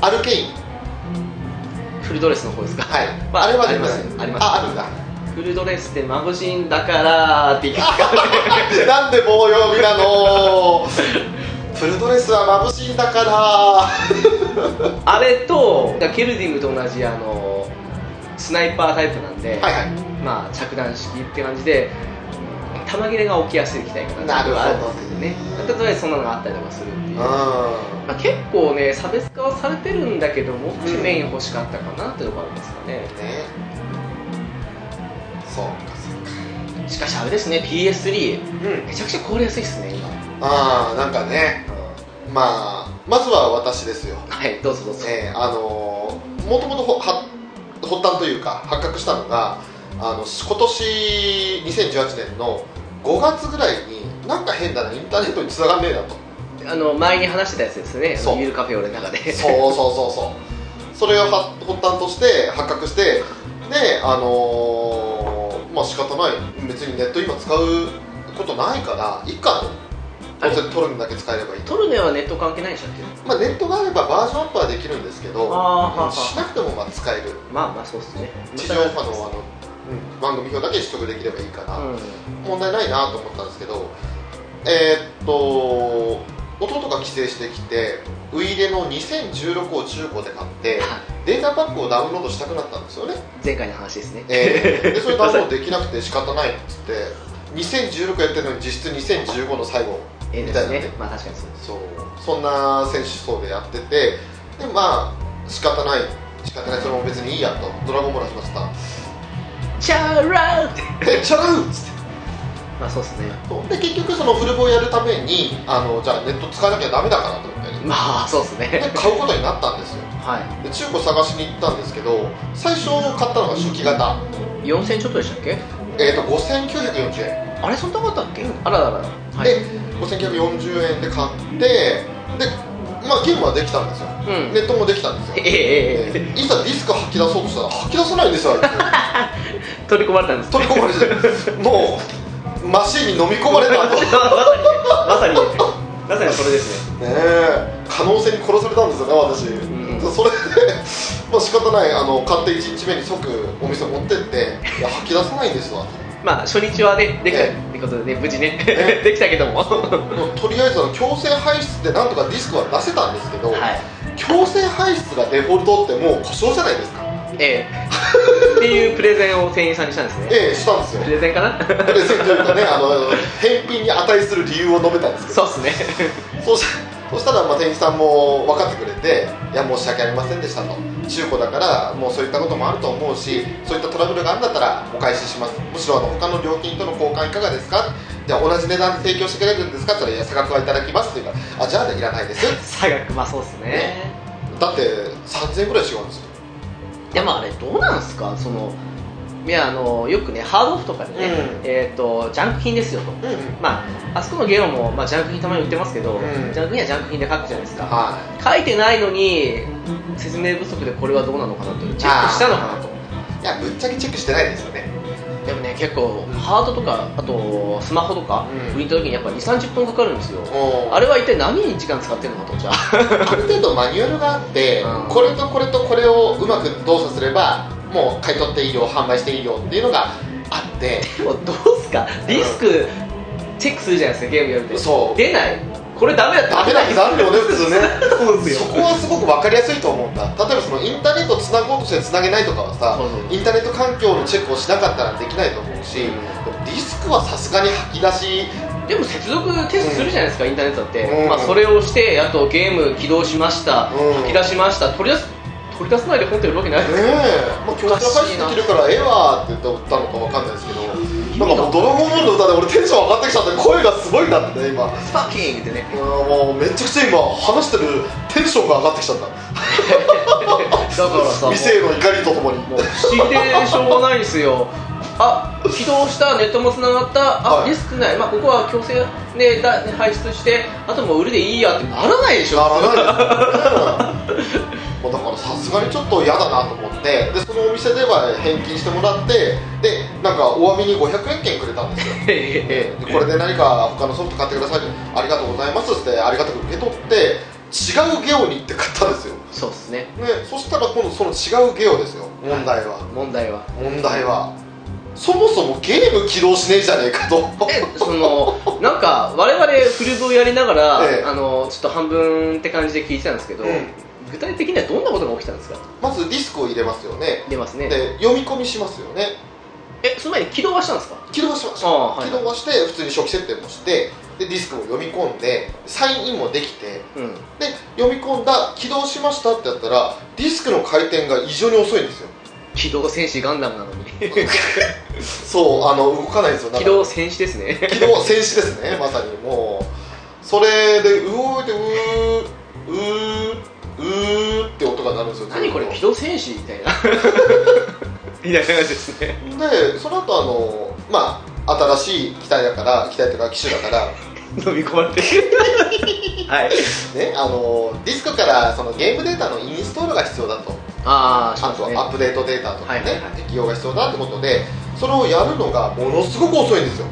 S2: アルケイン
S1: フルドレスの方ですか
S2: はい、
S1: まあ
S2: あれは
S1: あります
S2: 出て
S1: あります
S2: ああるんだ
S1: フルドレスってマゴジンだからって言い方がね
S2: なんで棒読みなのフルドレスは眩しいんだから
S1: あれとケルディングと同じあのスナイパータイプなんで、
S2: はいはい
S1: まあ着弾式って感じで弾切れが起きやすい機体かな
S2: なるほど
S1: あるんですけどね例えばそんなのがあったりとかするっていう、ま
S2: う
S1: あ、結構ね差別化はされてるんだけどもっとメイン欲しかったかなっていうところありますかね
S2: んねそうかそうか
S1: しかしあれですね PS3
S2: うん
S1: めちゃくちゃ凍りやすいっすね今
S2: ああなんかねまあまずは私ですよ
S1: はいどうぞどうぞ、
S2: えーあのー、もともとほは発端というか発覚したのがあの今年2018年の5月ぐらいになんか変だなインターネットに繋がんねえなと
S1: あの前に話してたやつですねあ
S2: そう
S1: のゆるカフェオレの中で
S2: そうそうそうそうそれがは発端として発覚してであのー、まあ仕方ない別にネット今使うことないからいっかと当然取るんだけ使えればいいと、
S1: トルネはネット関係ないんでしたっけ
S2: まあ、ネットがあればバージョンアップはできるんですけどうんしなくてもまあ使える
S1: まあまあそうっすね
S2: 地上波のあの、うん番組表だけ取得できればいいかな、
S1: うん
S2: 問題ないなと思ったんですけどえーっと弟が帰省してきてウイイレの2016を中古で買ってデータパックをダウンロードしたくなったんですよね、
S1: 前回の話ですね
S2: え [laughs] ーでそれダウンロードできなくて仕方ないっつって2016やってるのに実質2015の最後
S1: ええですねまあ確かにそう
S2: そうそんな選手層でやっててでまあ仕方ない仕方ないそれも別にいいやとドラゴンボール始まってた
S1: チャラーって
S2: でチャラウっつって
S1: まあそうっすね
S2: そうで結局そのフルボをやるためにあのじゃあネット使わなきゃダメだからと思って、ね、
S1: まあそうっす
S2: で
S1: ね
S2: 買うことになったんですよ
S1: は
S2: で中古探しに行ったんですけど最初買ったのが初期型
S1: い4000ちょっとでしたっけ
S2: えっ、と5940円
S1: あれそんなことあったっけあらららはい
S2: で5940円で買ってでまあゲームはできたんですよ
S1: うん
S2: ネットもできたんですよ
S1: ええええええ
S2: でいざディスク吐き出そうとしたら吐き出さないんですよあれ
S1: 取り込まれたんです
S2: 取り込まれてもうマシンに飲み込まれたとね
S1: まさにまさにまさにそれですね
S2: え可能性に殺されたんですよね私、
S1: ん
S2: それで [laughs] まあ仕方ないあの買って1日目に即お店持ってっていや吐き出さない
S1: [laughs]
S2: んですわ
S1: まあ初日はねできた
S2: え
S1: ってことでね無事ね [laughs]
S2: え
S1: できたけども [laughs] は
S2: もうとりあえずあの強制排出でなんとかディスクは出せたんですけど、強制排出がデフォルトってもう故障じゃないですか
S1: いええっていうプレゼンを店員さんにしたんですね
S2: ええしたんですよ
S1: プレゼンかな [laughs]
S2: プレゼンというかねあの返品に値する理由を述べたんですけ
S1: そ
S2: ど
S1: うっすね
S2: そうしそうしたらまあ店員さんも分かってくれていや申し訳ありませんでしたと中古だからもうそういったこともあると思うしそういったトラブルがあるんだったらお返ししますむしろあの他の料金との交換いかがですかじゃあ同じ値段で提供してくれるんですかって言ったらいや差額はいただきますって言うからあじゃあいらないです
S1: 差額まあそうっすね
S2: だって3000円ぐらい違うんですよ
S1: いやまああれどうなんすかそのいやあのよくねハードオフとかでね、
S2: うん
S1: えっ、とジャンク品ですよと
S2: うん
S1: まああそこのゲームも、まあ、ジャンク品たまに売ってますけど、
S2: うん
S1: ジャンク品はジャンク品で書くじゃないですか
S2: は
S1: 書いてないのに説明不足でこれはどうなのかなとチェックしたのかなと
S2: いいやぶっちゃけチェックしてないですよね
S1: でもね結構ハードとかあとスマホとか
S2: うん
S1: 売りた時にやっぱ2 3 0分かかるんですよ
S2: おー
S1: あれは一体何に時間使ってるのかとじゃ
S2: [laughs]
S1: あ
S2: ある程度マニュアルがあって、
S1: うん
S2: これとこれとこれをうまく動作すればもう買い取っていいよ販売していいよっていうのがあって
S1: もうどうすかディスクチェックするじゃないですかゲームやると
S2: そう
S1: 出ないこれダメだった
S2: ダメな日があるよね普通ね
S1: そうなんですよ
S2: そこはすごく分かりやすいと思うんだ例えばそのインターネットつなごうとしてつなげないとかはさ
S1: そうそう
S2: インターネット環境のチェックをしなかったらできないと思う
S1: う
S2: し、
S1: ん
S2: でもディスクはさすがに吐き出し
S1: でも接続テストするじゃないですか、インターネットだって、
S2: うん
S1: まあ、それをしてあとゲーム起動しました、
S2: うん
S1: 吐き出しました取り出す取り出さないで本って売るわけない
S2: ねえ、まあ、強制
S1: おかし
S2: 配
S1: い
S2: 信
S1: な
S2: できるからええわって言ったのかわかんないですけど
S1: な
S2: なんかもう「ドラゴンボール」の歌で俺テンション上がってきちゃって声がすごいなってね今う
S1: スパッキングってね
S2: んもうめちゃくちゃ今話してるテンションが上がってきちゃっ
S1: だからさ
S2: た
S1: もう
S2: 店への怒りとともに
S1: もう不思議でしょうがないんですよあ起動したネットもつながったあ、
S2: はい
S1: リスクない、まあ、ここは強制でだ排出してあともう売るでいいやってならないでし
S2: [laughs]
S1: ょ
S2: ならないですよねもうだからさすがにちょっと嫌だなと思ってでそのお店では返金してもらってでなんかお詫びに500円券くれたんですよで
S1: え
S2: これで何か他のソフト買ってくださいありがとうございますってありがたく受け取って違うゲオに行って買ったんですよ
S1: そうっすね
S2: ね、そしたら今度その違うゲオですよ問題は、
S1: 問題は
S2: 問題はそもそもゲーム起動しねえじゃねえかと
S1: えそのなんか我々フルズをやりながら、
S2: ええ
S1: あのちょっと半分って感じで聞いてたんですけど、
S2: うん
S1: 具体的にはどんなことが起きたんですか
S2: まずディスクを入れますよね
S1: 出ますね
S2: で読み込みしますよね
S1: えその前に起動はしたんですか
S2: 起動しま
S1: あ
S2: した
S1: あはい
S2: 起動はして普通に初期設定もしてでディスクも読み込んでサインインもできて
S1: うん
S2: で読み込んだ起動しましたってやったらディスクの回転が異常に遅いんですよ
S1: 起動戦士ガンダムなの
S2: [laughs]
S1: に
S2: そうあの動かないんですよだ
S1: 起
S2: から
S1: 動戦士ですね
S2: 軌道戦士で
S1: [laughs]
S2: すねまさにもうそれでうおーいてうーうーうーって音が鳴るんですよ
S1: 何これ機
S2: で
S1: 動戦士みたいな [laughs] みたいな感じですね
S2: その後あのまあ新しい機体だから機体というか機種だから、
S1: 飲み込まれ [laughs] てるはい
S2: ね、あのディスクからそのゲームデータのインストールが必要だと
S1: ああし
S2: あ
S1: ます
S2: と
S1: ね
S2: アップデートデータとかね、
S1: はいはいはい
S2: 適用が必要だってことでそれをやるのがものすごく遅いんですよ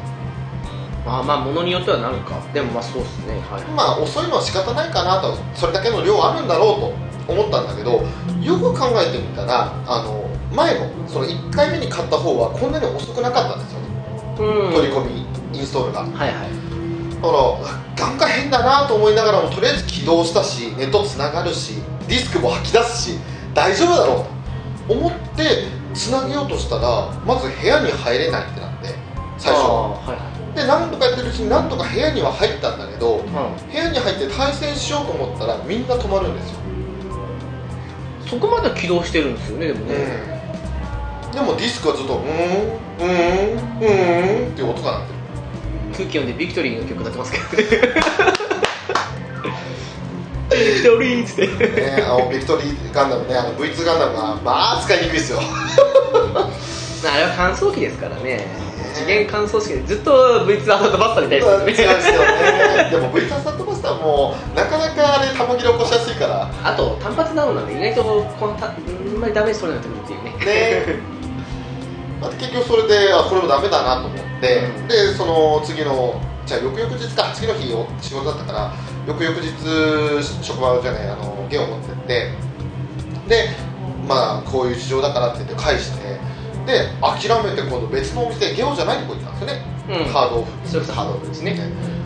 S1: まあまあものによってはなるかでもまあそうっすねはい
S2: まあ遅いのは仕方ないかなとそれだけの量あるんだろうと思ったんだけどよく考えてみたらあの前のその1回目に買った方はこんなに遅くなかったんですよ、
S1: うん
S2: 取り込みインストールがだか
S1: はいはい
S2: らなんか変だなと思いながらもとりあえず起動したしネットつながるしディスクも吐き出すし大丈夫だろうと思ってつなげようとしたらまず部屋に入れないってなって最
S1: あー
S2: 初
S1: はいはい
S2: で何とかやってるうちに何とか部屋には入ったんだけど
S1: うん
S2: 部屋に入って対戦しようと思ったらみんな止まるんですよ、
S1: そこまで起動してるんですよねでもね、
S2: でもディスクはずっと「うーんうーんうーん」っていう音が鳴ってる
S1: 空気読んでビクトリーの曲歌ってますけどビクトリーっつって
S2: ね、あのビクトリーガンダムねあの V2 ガンダムはまあ使いにくいですよ
S1: あれは乾燥機ですからね
S2: え
S1: 地験感想試験ずっと V2 アウトバスターみたい
S2: そうなん
S1: で
S2: ですす
S1: よ
S2: よ
S1: ね
S2: ねでも V ササットバスターもなかなかあれ玉切れ起こしやすいから
S1: [laughs] あと単発なのなんで意外とこのたあんまりダメージ取れなくなるっていうね
S2: ねまあ結局それであこれもダメだなと思って、
S1: うん
S2: でその次のじゃあ翌々日か次の日お仕事だったから翌々日職場じゃないあのゲを持ってってでまあこういう事情だからって言って返してで諦めて今度別のお店ゲオじゃないとこ行ったんですよね、
S1: うん
S2: ハードオフ
S1: それこそハードオフですね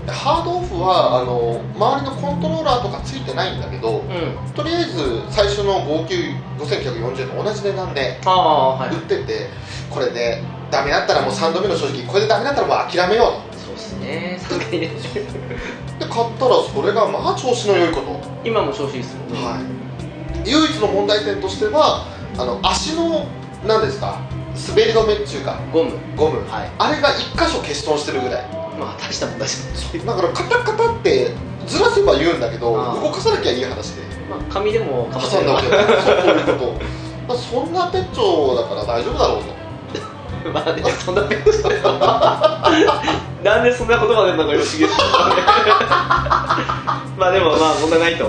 S2: でハードオフはあの周りのコントローラーとかついてないんだけど、
S1: うんあ
S2: とりあえず最初の59,940円と同じ値段で
S1: あはい
S2: 売っててこれでダメだったらもう3度目の正直これでダメだったらもう諦めよう
S1: そうですねさすがにね
S2: とで買ったらそれがまあ調子の良いこと、
S1: 今も調子いいですもんね
S2: はい、唯一の問題点としてはあの足の何ですか滑り止めっていうか
S1: ゴム
S2: ゴム
S1: はい
S2: あれが1箇所欠損してるぐらい
S1: まあ大したもんだし
S2: だからカタカタってずらせば言うんだけど
S1: あー
S2: 動かさなきゃいい話で
S1: まあ紙でもかませ
S2: 挟ん
S1: れ
S2: だ
S1: ば
S2: わけだからそうそういうことまあそんなペッチョだから大丈夫だろうと
S1: まあねそんなことしてる [laughs] なんでそんな言葉でなんかよしげするのね [laughs] まあでもまあ問題ないと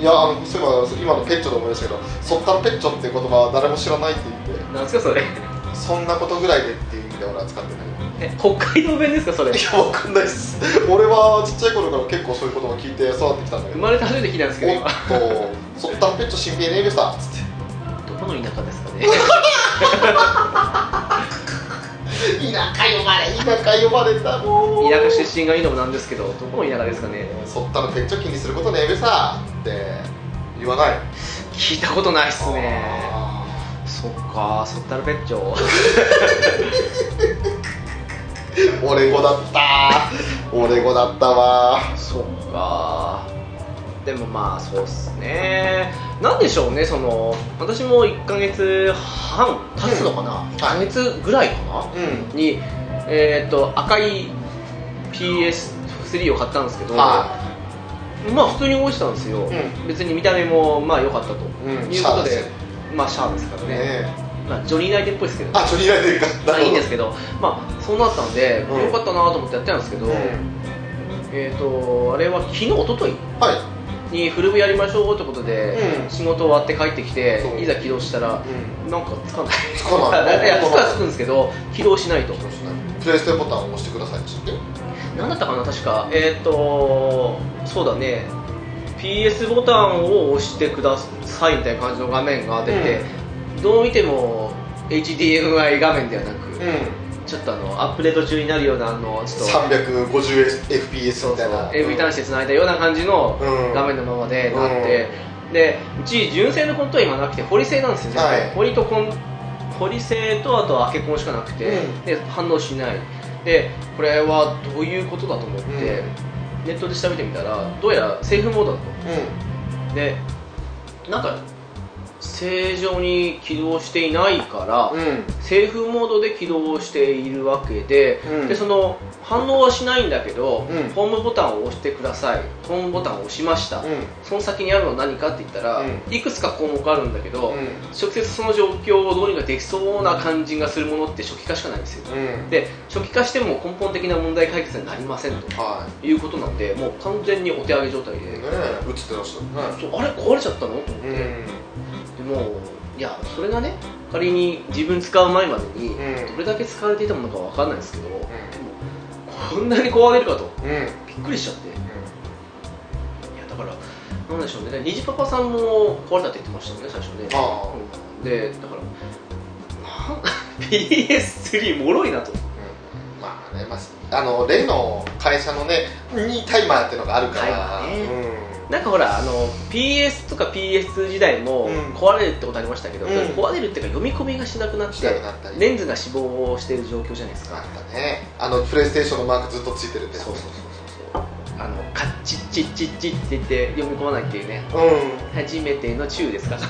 S2: いやあのそういえば今のペッチョで思いましたけどそっからペッチョっていう言葉は誰も知らないって言って
S1: なんですかそれ
S2: そんなことぐらいでっていう意味で俺は使ってないい
S1: え北海道弁ですかそれ
S2: やわかんないっす俺はちっちゃい頃から結構そういう言葉聞いて育ってきたんだけ
S1: 生
S2: ど
S1: まれて初めて聞いたんですけど今
S2: おっとそったんぺっちょ新兵ネイルさつっ
S1: どこの田舎ですかね
S2: て田舎呼ばれ田舎呼ばれたもう
S1: 田舎出身がいいのもなんですけどどこの田舎ですかね
S2: そったらペッチョ気にすることねえべさって言わない
S1: 聞いたことないっすね
S2: あ
S1: そっかそったら別長
S2: ー俺語だった [laughs] 俺語だったわ
S1: [laughs] そっかでもまあそうっすねなんでしょうねその私も1ヶ月半経つのかな、一ヶ月ぐらいかな、
S2: うん
S1: に、えー、と赤い PS3 を買ったんですけど、
S2: は
S1: まあ普通に動いてたんですよ、
S2: ん
S1: 別に見た目もまあ良かったと、
S2: うん
S1: いうことで
S2: シャアですよ
S1: まあシャアですからね
S2: いねえ
S1: まあ、ジョニー・ナイテンっぽいですけど、ね、
S2: あ取り入れてるか
S1: まあいいん
S2: な
S1: で
S2: る
S1: すけど、まあ、そうなったんで、
S2: うん
S1: 良かったなと思ってやってたんですけど、
S2: ほど
S1: えー、とあれは昨日一昨日
S2: はい
S1: にフルブやりましょうってことで、
S2: うん
S1: 仕事終わって帰ってきて
S2: そう
S1: いざ起動したらなんかつかない
S2: つかない
S1: [laughs] いやつかはつくんですけど起動しないと
S2: プレイステボタンを押してくださいって言って
S1: 何だったかな確かえっ、とそうだね PS ボタンを押してくださいみたいな感じの画面が出て、どう見ても HDMI 画面ではなく、
S2: う
S1: ちょっとあのアップデート中になるようなあのちょっと
S2: 350fps みたいな
S1: AV 端子でつないだような感じの
S2: うん
S1: 画面のままでなって、でうち純正のコントは今なくてポリ製なんですよ全部、
S2: はい
S1: ポリとコンポリ製とあとはアケコンしかなくて、
S2: うん
S1: で反応しないでこれはどういうことだと思って、
S2: うん
S1: ネットで調べてみたらどうやらセーフモードだとでなんか正常に起動していないから、
S2: うんうん
S1: セーフモードで起動しているわけで,、
S2: うん
S1: でその反応はしないんだけど、
S2: うん
S1: ホームボタンを押してくださいホームボタンを押しました、その先にあるのは何かって言ったら、
S2: うん
S1: いくつか項目あるんだけど、
S2: うん
S1: 直接その状況をどうにかできそうな感じがするものって初期化しかないんですよ
S2: うん
S1: で初期化しても根本的な問題解決にはなりませんと
S2: は
S1: いうことなんでもう完全にお手上げ状態
S2: い
S1: で、
S2: ねえ映ってらっしゃるね
S1: そうあれ壊れちゃったのと思って、
S2: う
S1: でもいやそれがね仮に自分使う前までに、
S2: うん
S1: どれだけ使われていたものかわかんないですけど、でも
S2: ん
S1: こんなに壊れるかと
S2: うんうん
S1: びっくりしちゃっていやだからなんでしょうねで虹パパさんも壊れたって言ってましたよね最初ね
S2: あ
S1: うんでだからなん [laughs] PS3 もろいなと
S2: まあねまああの例の会社のねにタイマーってのがあるから
S1: タイマーねなんかほらあの PS とか PS2 時代も
S2: うん
S1: 壊れるってことありましたけど、
S2: うん
S1: 壊れるっていうか読み込みがしなくな
S2: うん
S1: っ
S2: しなく
S1: て
S2: なったり
S1: レンズが死亡をしている状況じゃないですか
S2: あったねあのプレイステーションのマークずっとついてるって
S1: そうそうそうそうそうあのカッチッチッチッチッって言って読み込まないっていうね
S2: うん
S1: 初めての中ですから
S2: ね、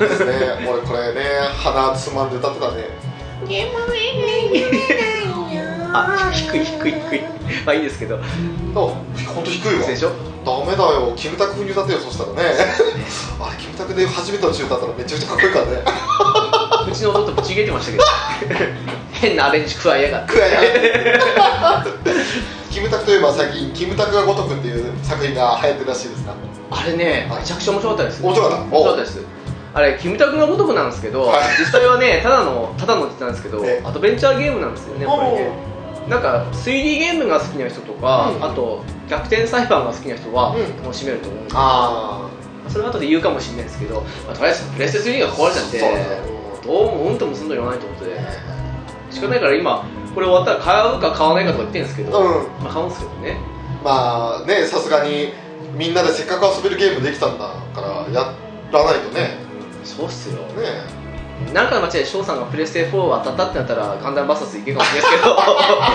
S2: 俺これね鼻つまんで歌ってたね
S1: あ低い低い低いまあいいんですけど
S2: ほんと低いわ
S1: でしょ
S2: ダメだよキムタク風に歌ってよそしたらねあれキムタクで初めての中歌ったらめちゃくちゃかっこいいからね
S1: うちの弟ぶち切れてましたけど変なアレンジ加えやがって
S2: くらいな [laughs] キムタクといえば最近「キムタクが如く」っていう作品が流行ってるらしいですな
S1: あれね
S2: はい
S1: めちゃくちゃ面白かったです
S2: 面白かった
S1: 面白かったですあれキムタクが如くなんですけど、
S2: はい
S1: 実際はねただのただのって言ったんですけど
S2: ええ
S1: アドベンチャーゲームなんですよねこれねなんか 3D ゲームが好きな人とか、
S2: うん
S1: あと逆転裁判が好きな人は
S2: うん
S1: 楽しめると思うんです、
S2: あ
S1: それは後で言うかもしれないですけど、まあ、とりあえずプレステ3が壊れちゃって
S2: そうね
S1: どうもうんともすんとも言わないってことで仕方ないから今これ終わったら買うか買わないかとか言ってるんですけど、
S2: うん
S1: まあ、買うんですけどね
S2: まあねさすがにみんなでせっかく遊べるゲームできたんだからやらないとね
S1: そうっすよ
S2: ね [laughs]
S1: なんかの街で翔さんがプレステ4当たったってなったらガンダム VS いけるかもしれない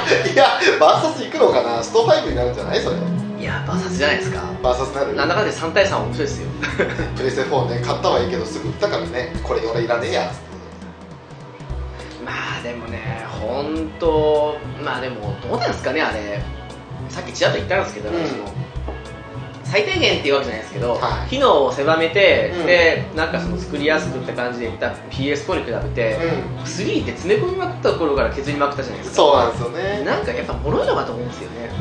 S1: ですけど
S2: いやバーサス行くのかなスト5になるんじゃないそれ [laughs]
S1: いや VS じゃないですか
S2: バーサスなる
S1: なんだかんだで3対3は面白いですよ
S2: プレステ4ね買ったはいいけどすぐ売ったからねこれ俺いらねえや
S1: まあでもね本当まあでもどうなんですかねあれさっきちらっと言ったんですけど、
S2: うん
S1: その最低限っていうわけじゃないですけど、
S2: はい
S1: 機能を狭めて、
S2: うん
S1: でなんかその作りやすくって感じでいった PS4 に比べて、3って詰め込みまくった頃から削りまくったじゃないですか
S2: そうなんですよね
S1: なんかやっぱ脆いのかと思うんですよね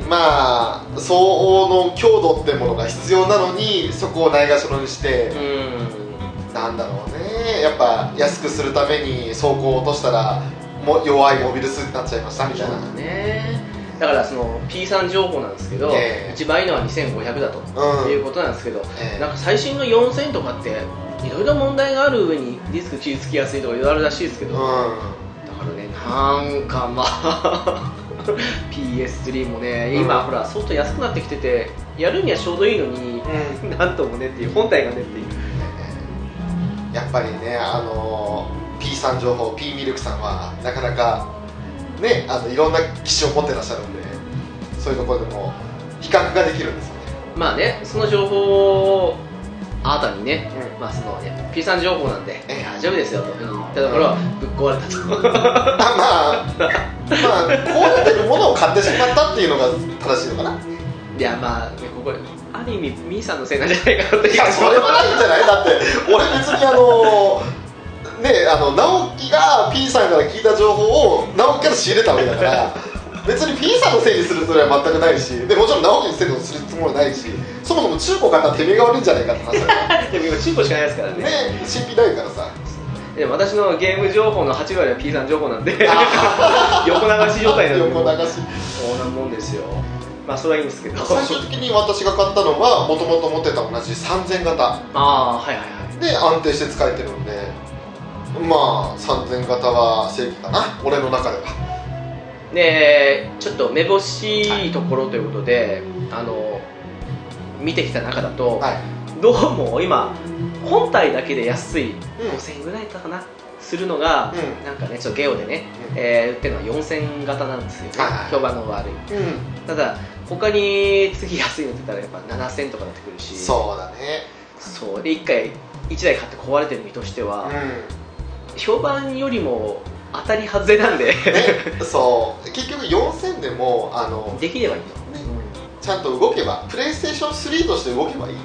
S2: うんまあ相応の強度ってものが必要なのにそこをないがしろにして、
S1: う
S2: なんだろうねやっぱ安くするために走行を落としたらも弱いモビルスーツになっちゃいましたみたいな、
S1: んねだからその P3 情報なんですけど、
S2: ええ
S1: 一番いいのは2500だと、
S2: うん
S1: いうことなんですけど
S2: ええ
S1: なんか最新の4000とかっていろいろ問題がある上にリスク傷つきやすいとかいろいろあるらしいですけど、だ
S2: う
S1: からねなんかまあ [laughs] PS3 もね今、
S2: うん
S1: ほらソフト安くなってきててやるにはちょうどいいのに
S2: ん、うん
S1: なんともねっていう本体がねっていう
S2: やっぱりね、あのー、P さん情報、P ミルクさんはなかなか、ね、あのいろんな機種を持ってらっしゃるんで、そういうところでも比較ができるんですよね。
S1: まあねその情報をあなたにねまあそのね P さん情報なんで
S2: ええ
S1: 大丈夫ですよというふうに言ったところぶっ壊れたと
S2: あまあ、まあ、こうなってるものを買ってしまったっていうのが正しいのかな。
S1: いやまあねここある意味ミーさんのせいなんじゃないかなってい
S2: いや、それはないんじゃないだって、俺別にあのー、ね、あの直樹が P さんから聞いた情報を直樹から仕入れたわけだから別に P さんのせいにするつもりは全くないしでもちろん直樹にせいにするつもりはないしそもそも中古買ったらてめえが悪いんじゃないかって話だから
S1: でも今中古しかないですからね
S2: ね新品ないからさ
S1: でも私のゲーム情報の8割は P さん情報なんで
S2: あ
S1: 横流し状態なんで
S2: 横流し
S1: そうなもんですよまあそれはいいんですけど
S2: 最終的に私が買ったのはもともと持ってた同じ3000型
S1: ああはいはいはい
S2: で安定して使えてるんでまあ3000型は正義かな俺の中では
S1: でちょっとめぼしいところということで、あの見てきた中だと、
S2: はい
S1: どうも今本体だけで安い
S2: うん
S1: 5000円ぐらいだったかなするのが、
S2: うん
S1: なんかねちょっとゲオでね、
S2: うん
S1: えー売ってるのは4000型なんですよ、ね
S2: はいはい
S1: 評判の悪い
S2: うん
S1: ただ他に次安いのって言ったらやっぱ7000とかなってくるし
S2: そうだね
S1: そうで1回1台買って壊れてる身としては、
S2: う
S1: 評判よりも当たり外れなんで
S2: んねそう結局4000でもあ
S1: [laughs]
S2: の
S1: できればいいと、
S2: ちゃんと動けばプレイステーション3として動けばいい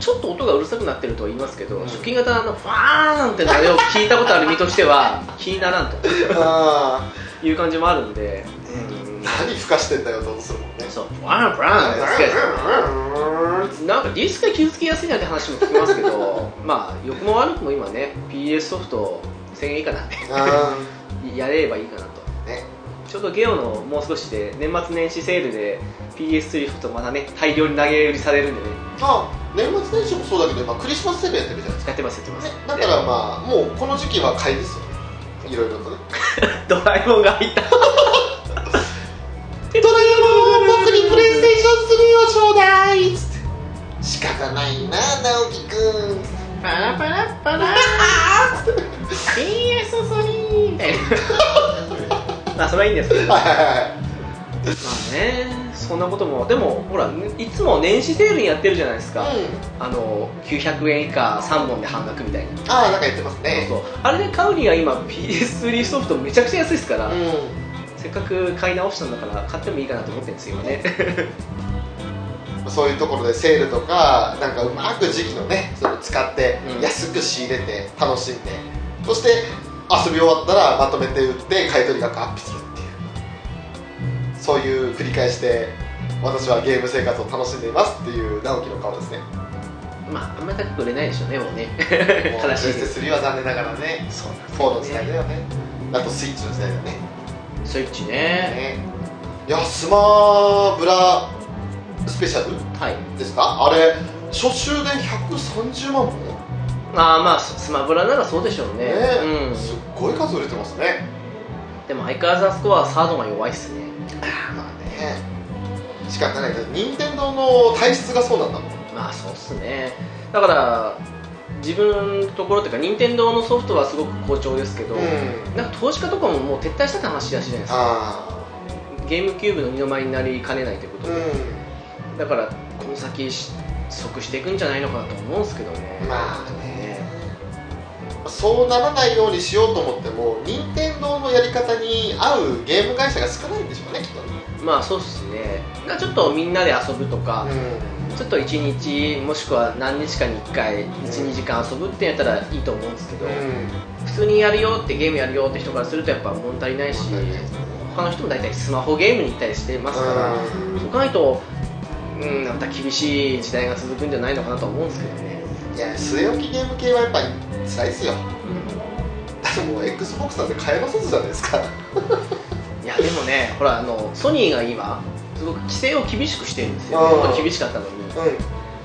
S1: ちょっと音がうるさくなってるとは言いますけど、
S2: うん
S1: 初期型のファーンって鳴りを聞いたことある身としては気にならんと
S2: あ
S1: いう感じもあるんで、
S2: うん何ふかしてんだよどうするもんね
S1: そうファーンファーンってつけてなんかディスクが傷つきやすいなんて話も聞きますけ
S2: [laughs]
S1: どまあ欲も悪くも今ね PS ソフト1000円以下なんでやれればいいかなと
S2: ね
S1: ちょうどゲオのもう少しで年末年始セールで PS3 ソフトまたね大量に投げ売りされるんでね
S2: あ年末年始もそうだけど今クリスマスセールやってるじゃないです
S1: やってますやってます、
S2: かねだからまあもうこの時期は買いですよいろいろとね
S1: [laughs] ドラえもんが入った
S2: ドラえもん僕にプレイステーション3をちょうだいっつって仕方ないな直樹く [laughs] ん
S1: パラパラパラ PS3 みたいなまあそれはいいんですけどま
S2: はいはいはい
S1: あねそんなこともでもほらいつも年始セールやってるじゃないですか、
S2: うん、
S1: あの900円以下3本で半額みたいな、
S2: ああなんか言ってますね
S1: そうそうあれで買うには今 PS3 ソフトめちゃくちゃ安いですから、
S2: う
S1: せっかく買い直したんだから買ってもいいかなと思ってるんですよ今 [laughs] ね
S2: ん、そういうところでセールとかなんかうまく時期のねそれを使って
S1: うん
S2: 安く仕入れて楽しんで、そして遊び終わったらまとめて売って買い取り額アップするっていうそういう繰り返しで私はゲーム生活を楽しんでいますっていう直樹の顔 [laughs] ですね
S1: まああんまり高く売れないでしょうねもうね
S2: もう
S1: 悲しい
S2: プレステ3は残念ながらね
S1: そうなん
S2: フォーの時代だよねあとスイッチの時代だよね
S1: スイッチね
S2: ねいやスマブラスペシャル
S1: はい
S2: ですかあれ初週で130万本
S1: ああまあススマブラならそうでしょうね
S2: ね
S1: うん
S2: すっごい数売れてますね
S1: でも相変わらずあそこはサードが弱いっすね
S2: まあね仕方ないけど任天堂の体質がそうなんだもん
S1: まあそうっすねだから自分のところっていうか任天堂のソフトはすごく好調ですけど、なんか投資家とかももう撤退したって話らしいじゃないですか
S2: あ
S1: ゲームキューブの二の舞になりかねないというこ
S2: あ
S1: とで、だからこの先し即していくんじゃないのかなと思うんですけどね
S2: まあねそうならないようにしようと思っても任天堂のやり方に合うゲーム会社が少ないんでしょうねきっとね
S1: まあそうっすねなんかちょっとみんなで遊ぶとか、ちょっと1日もしくは何日かに1回12時間遊ぶってやったらいいと思うんですけど、普通にやるよってゲームやるよって人からするとやっぱ物足りないし他の人も大体スマホゲームに行ったりしてますから、そう考えると、うん、また厳しい時代が続くんじゃないのかなと思うんですけどね、
S2: いや据え置きゲーム系はやっぱり辛いですよ [laughs] だってもう XBOX なんて買えませんじゃないですか
S1: いやでもねほらあのソニーが今すごく規制を厳しくしてるんですよ
S2: うん
S1: もっと厳しかったのに
S2: う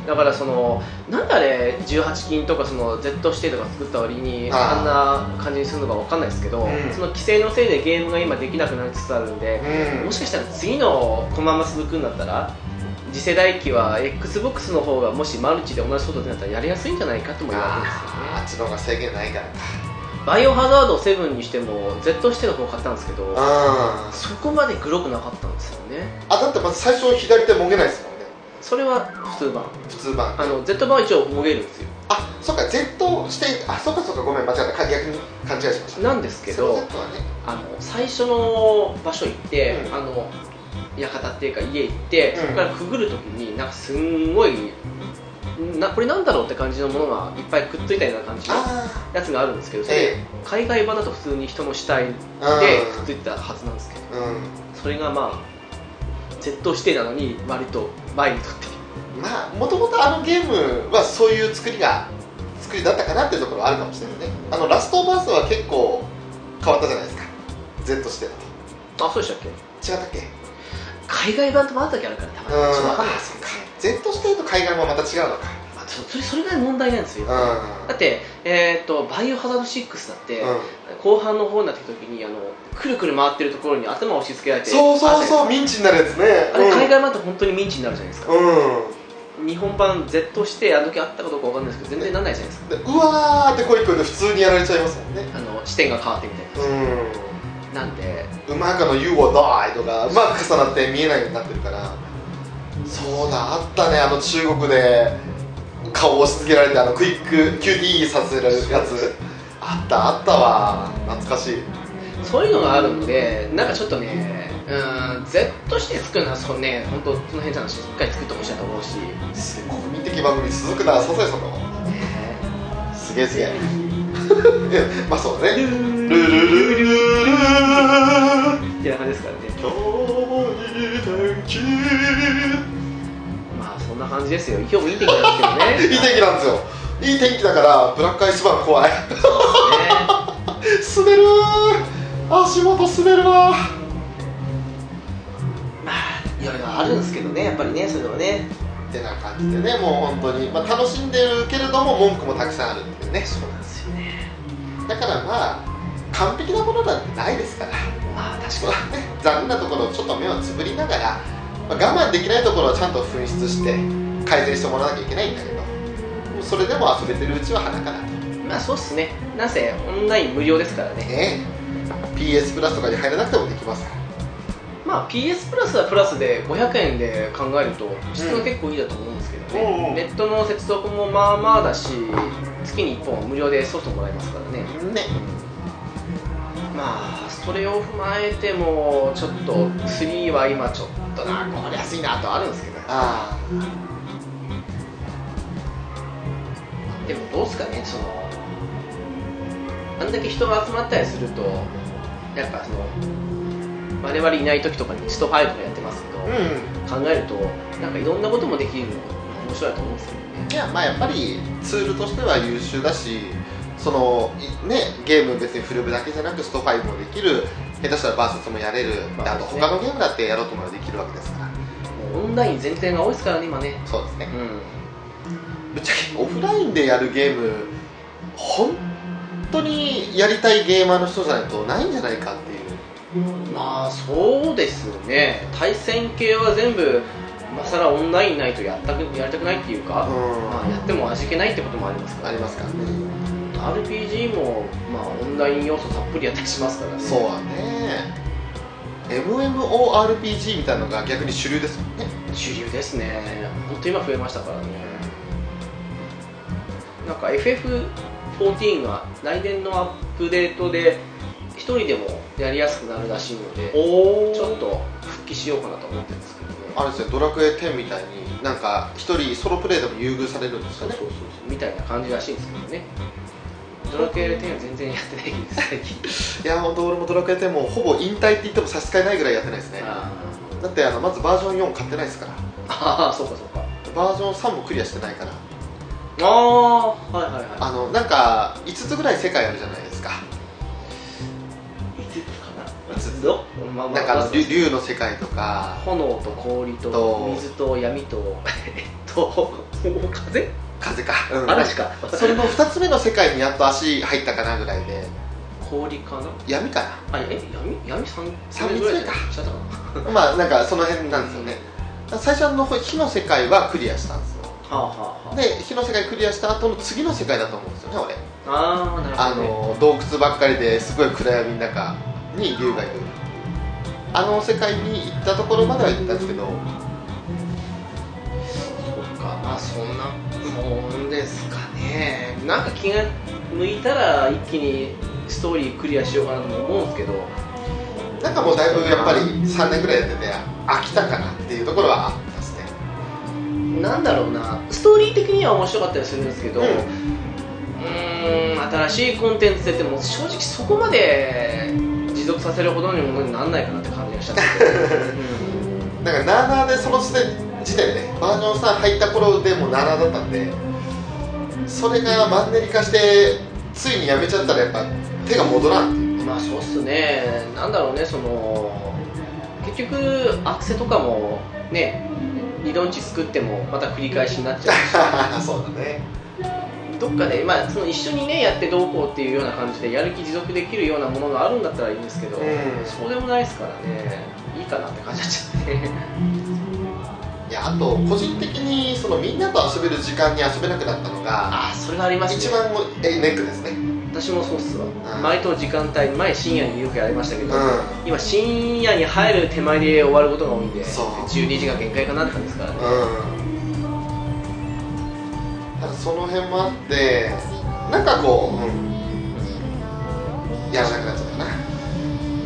S1: だからそのなんであれ18金とかその Z 指定とか作った割に
S2: あー
S1: あんな感じにするのかわかんないですけど、
S2: うん
S1: その規制のせいでゲームが今できなくなりつつあるんで、
S2: ん
S1: もしかしたら次のこのまま続くんだったら次世代機は XBOX の方がもしマルチで同じことになったらやりやすいんじゃないかとも言われてるんですよ
S2: あ
S1: ね
S2: っちの方が制限ないから
S1: バイオハザード7にしても Z 指定の方買ったんですけど
S2: あ
S1: そこまでグロくなかったんですよね
S2: あだってまず最初左手もげないですもんね
S1: それは普通版
S2: 普通版
S1: あの Z 版は一応もげるんですよ
S2: あそっか Z してあそっかそっかごめん間違ったか逆に勘違いしました
S1: なんですけど
S2: その Z はね
S1: あの最初の場所行って、
S2: うん
S1: あの館っていうか家行って
S2: うん
S1: そこからくぐるときになんかすんごいなこれなんだろうって感じのものがいっぱいくっついたような感じの
S2: あ
S1: やつがあるんですけどそれ、
S2: え
S1: 海外版だと普通に人の死体で
S2: えうん
S1: くっついてたはずなんですけど
S2: う
S1: それがまあ Z 指定なのに割と前にとって
S2: んまあもともとあのゲームはそういう作りが作りだったかなっていうところはあるかもしれないねあのラストオブアスは結構変わったじゃないですか Z してだ
S1: あそうでしたっけ
S2: と違ったっけ
S1: 海外版ともあった時あるからたまにちょっと分かんないですよね
S2: Z してと海外もまた違うのか
S1: あそそれそれが問題なんですよだ
S2: う
S1: って、えー、とバイオハザード6だって、
S2: ん、うん、
S1: 後半の方になってきた時にあのくるくる回ってるところに頭を押し付けられて
S2: そうそう
S1: う
S2: そうミンチになるやつね
S1: あれ海外版って本当にミンチになるじゃないですか、
S2: うん、うん
S1: 日本版 Z してあの時あったかどうか分かんないですけど全然なんないじゃないですか
S2: でうわーってこいこいで普通にやられちゃいますもんね
S1: あの視点が変わってみたいな
S2: う
S1: なんで
S2: んうまかの「You will die」とかうまく重なって見えないようになってるからそうだあったねあの中国で顔を押し付けられてあのクイック QTE させられるやつあったあったわ懐かしい
S1: そういうのがあるのでなんかちょっとねうーん Z して作るのはそうね本当その辺の話しっかり作ってほしいなと思うし、
S2: 国民的番組続くなサザエさんだもんすげえすげえいやまあそうだねルルルルル
S1: っ
S2: ル
S1: てな感じですからね
S2: 今日いい天気
S1: まあそんな感じですよ今日もいい天気なんですけどね
S2: いい天気なんですよいい天気だからブラックアイスバーン怖い [laughs]
S1: ね
S2: 滑るー足元滑るわ
S1: まあいろいろあるんですけどねやっぱりねそういうのはね
S2: ーってな感じでねもう本当にまあ楽しんでるけれども文句もたくさんあるっていうね
S1: そうなんですよね
S2: だからまあ完璧なものなんてないですから
S1: まあ確
S2: そ
S1: か
S2: うだね残念なところをちょっと目をつぶりながら、まあ我慢できないところはちゃんと紛失して改善してもらわなきゃいけないんだけどもうそれでも遊べてるうちは花かなと
S1: にまあそうっすねなんせオンライン無料ですからね
S2: ね PS プラスとかに入らなくてもできますから
S1: まあ PS プラスはプラスで500円で考えると質が結構いいだと思うんですけど
S2: う
S1: ね、
S2: んうんうん
S1: ネットの接続もまあまあだし月に1本無料でソフトもらえますからね
S2: ね
S1: まあそれを踏まえてもちょっと3は今ちょっとなこれ安いなとはあるんですけど
S2: ああ
S1: でもどうですかねそのあんだけ人が集まったりするとやっぱその我々いない時とかにスト5とかやってますけど、考えるとなんかいろんなこともできるの面白いと思うんですよね
S2: いやまあやっぱりツールとしては優秀だしそのいねゲーム別にフルブだけじゃなくスト5もできる下手したらバーサスもやれる、
S1: まあ
S2: であと
S1: そうですね
S2: 他のゲームだってやろうと思えばできるわけですから
S1: もうオンライン全体が多いですからね今ね
S2: そうです
S1: う
S2: ね
S1: ん
S2: ぶっちゃけオフラインでやるゲーム本当にやりたいゲーマーの人じゃないとないんじゃないかっていう
S1: まあそうですね対戦系は全部今更オンラインないとやったくやりたくないっていうか、まあ、やっても味気ないってこともありますから
S2: ありますからね
S1: RPG も、まあ、オンライン要素たっぷりやったりしますからね
S2: そうだね MMORPG みたいなのが逆に主流ですもんね
S1: 主流ですね本当今増えましたからねなんか FF14 が来年のアップデートで一人でもやりやすくなるらしいので
S2: お
S1: ちょっと復帰しようかなと思ってるんですけどね
S2: あれですねドラクエ10みたいになんか一人ソロプレイでも優遇されるんです
S1: そ
S2: か
S1: う
S2: ね
S1: そうそうそうみたいな感じらしいんですけどねドラクエ10全然やってないけど最近
S2: いや本当俺もドラクエ10もほぼ引退って言っても差し支えないぐらいやってないですね
S1: [laughs] あ
S2: だってあのまずバージョン4買ってないですから
S1: ーあーそうかそうか
S2: バージョン3もクリアしてないから
S1: ああはいはいはい
S2: あのなんか5つぐらい世界あるじゃないですか
S1: いつ
S2: いつ
S1: かなまあま
S2: な
S1: あ
S2: んかあ
S1: まあ
S2: の竜竜の世界とか
S1: 炎と氷と
S2: と
S1: 水と闇とえっと風
S2: 風か、うん
S1: 嵐か
S2: それの2つ目の世界にやっと足入ったかなぐらいで
S1: 氷かな
S2: 闇か
S1: あえ闇闇三
S2: 三
S1: 三
S2: 密
S1: ぐらい
S2: 目か
S1: しちゃったかな
S2: なまあなんかその辺なんですよね最初の火の世界はクリアしたんですよ
S1: はあはあは
S2: で火の世界クリアした後の次の世界だと思うんですよね俺
S1: ああーな
S2: あ
S1: るほどね
S2: の洞窟ばっかりですごい暗闇の中に竜がいるあの世界に行ったところまでは行ったんですけど
S1: そっかまあそんなもんですかねなんか気が向いたら一気にストーリークリアしようかなとも思うんですけど
S2: なんかもうだいぶやっぱり3年ぐらいやってて飽きたかなっていうところはあったですね
S1: なんだろうなストーリー的には面白かったりするんですけど、
S2: う
S1: うんーん新しいコンテンツでっても正直そこまで持続させるほどのものにならないかなって感じがしたんですけど、
S2: だからなあなあでその時点時点でねバージョン3入った頃でもうなあなあだったんでそれがマンネリ化してついにやめちゃったらやっぱ手が戻らんっていう
S1: うんまあそうっすねなんだろうねその結局アクセとかもね理論値作ってもまた繰り返しになっちゃうし
S2: [laughs] そうだね
S1: どっかで、まあ、その一緒にねやってどうこうっていうような感じでやる気持続できるようなものがあるんだったらいいんですけど、
S2: うん
S1: そうでもないですからねいいかなって感じになっちゃってね
S2: いやあと個人的にそのみんなと遊べる時間に遊べなくなったのが
S1: [laughs] ああそれがあります
S2: 一
S1: ね
S2: 番えネックですねうん
S1: 私もそうっすわ
S2: ん
S1: 毎当時間帯前深夜によくやりましたけど、
S2: う
S1: 今深夜に入る手前で終わることが多いんで
S2: そう
S1: 12時が限界かなって感じですからね
S2: んただその辺もあってなんかこう、うんやらなくなっちゃったな、ま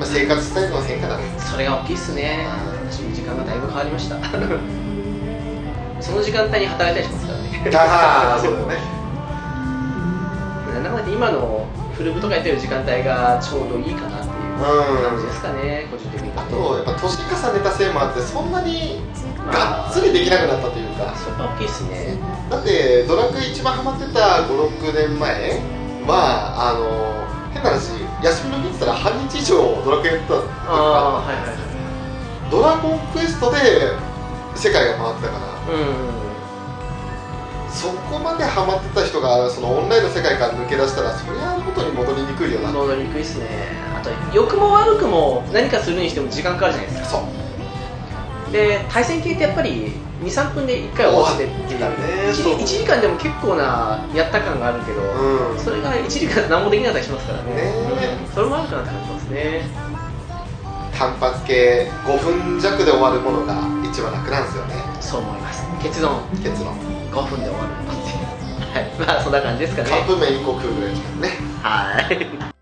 S2: あ、生活スタイルの変化だね
S1: それが大きいっすね
S2: うん
S1: 私も時間がだいぶ変わりました [laughs] その時間帯に働いたりしますからね [laughs]
S2: ああそうだよね
S1: なんだかんだ今のフルブとかやってる時間帯がちょうどいいかなっていう感じで
S2: う
S1: すかね、個人的に
S2: んあ
S1: は
S2: とやっぱ年重ねたせいもあってそんなに
S1: まあ
S2: がっつりできなくなったというか
S1: そこは大きいっすね
S2: だってドラクエ一番ハマってた56年前はあの変な話休みの日って言ったら半日以上ドラクエやってたとか
S1: ああーはいはいはい
S2: ドラゴンクエストで世界が回ってたから
S1: う
S2: そこまでハマってた人がそのオンラインの世界から抜け出したらそりゃあ元に戻りにくいよなん
S1: 戻りにくいっすねあと欲も悪くも何かするにしても時間かかるじゃないですか
S2: そう
S1: で対戦系ってやっぱり23分で1回終わってっていう
S2: 終わってたねそう
S1: 1, 時間でも結構なやった感があるけど、
S2: うん
S1: それが1時間何もできなかったりしますからね
S2: ね
S1: うんそれもあるかなって感じますね
S2: 単発系5分弱で終わるものが一番楽なんですよね
S1: そう思います結論
S2: 結論
S1: 5分で終わるはいまあそんな感じですかね
S2: カップ麺1個食うぐらいですからね
S1: はい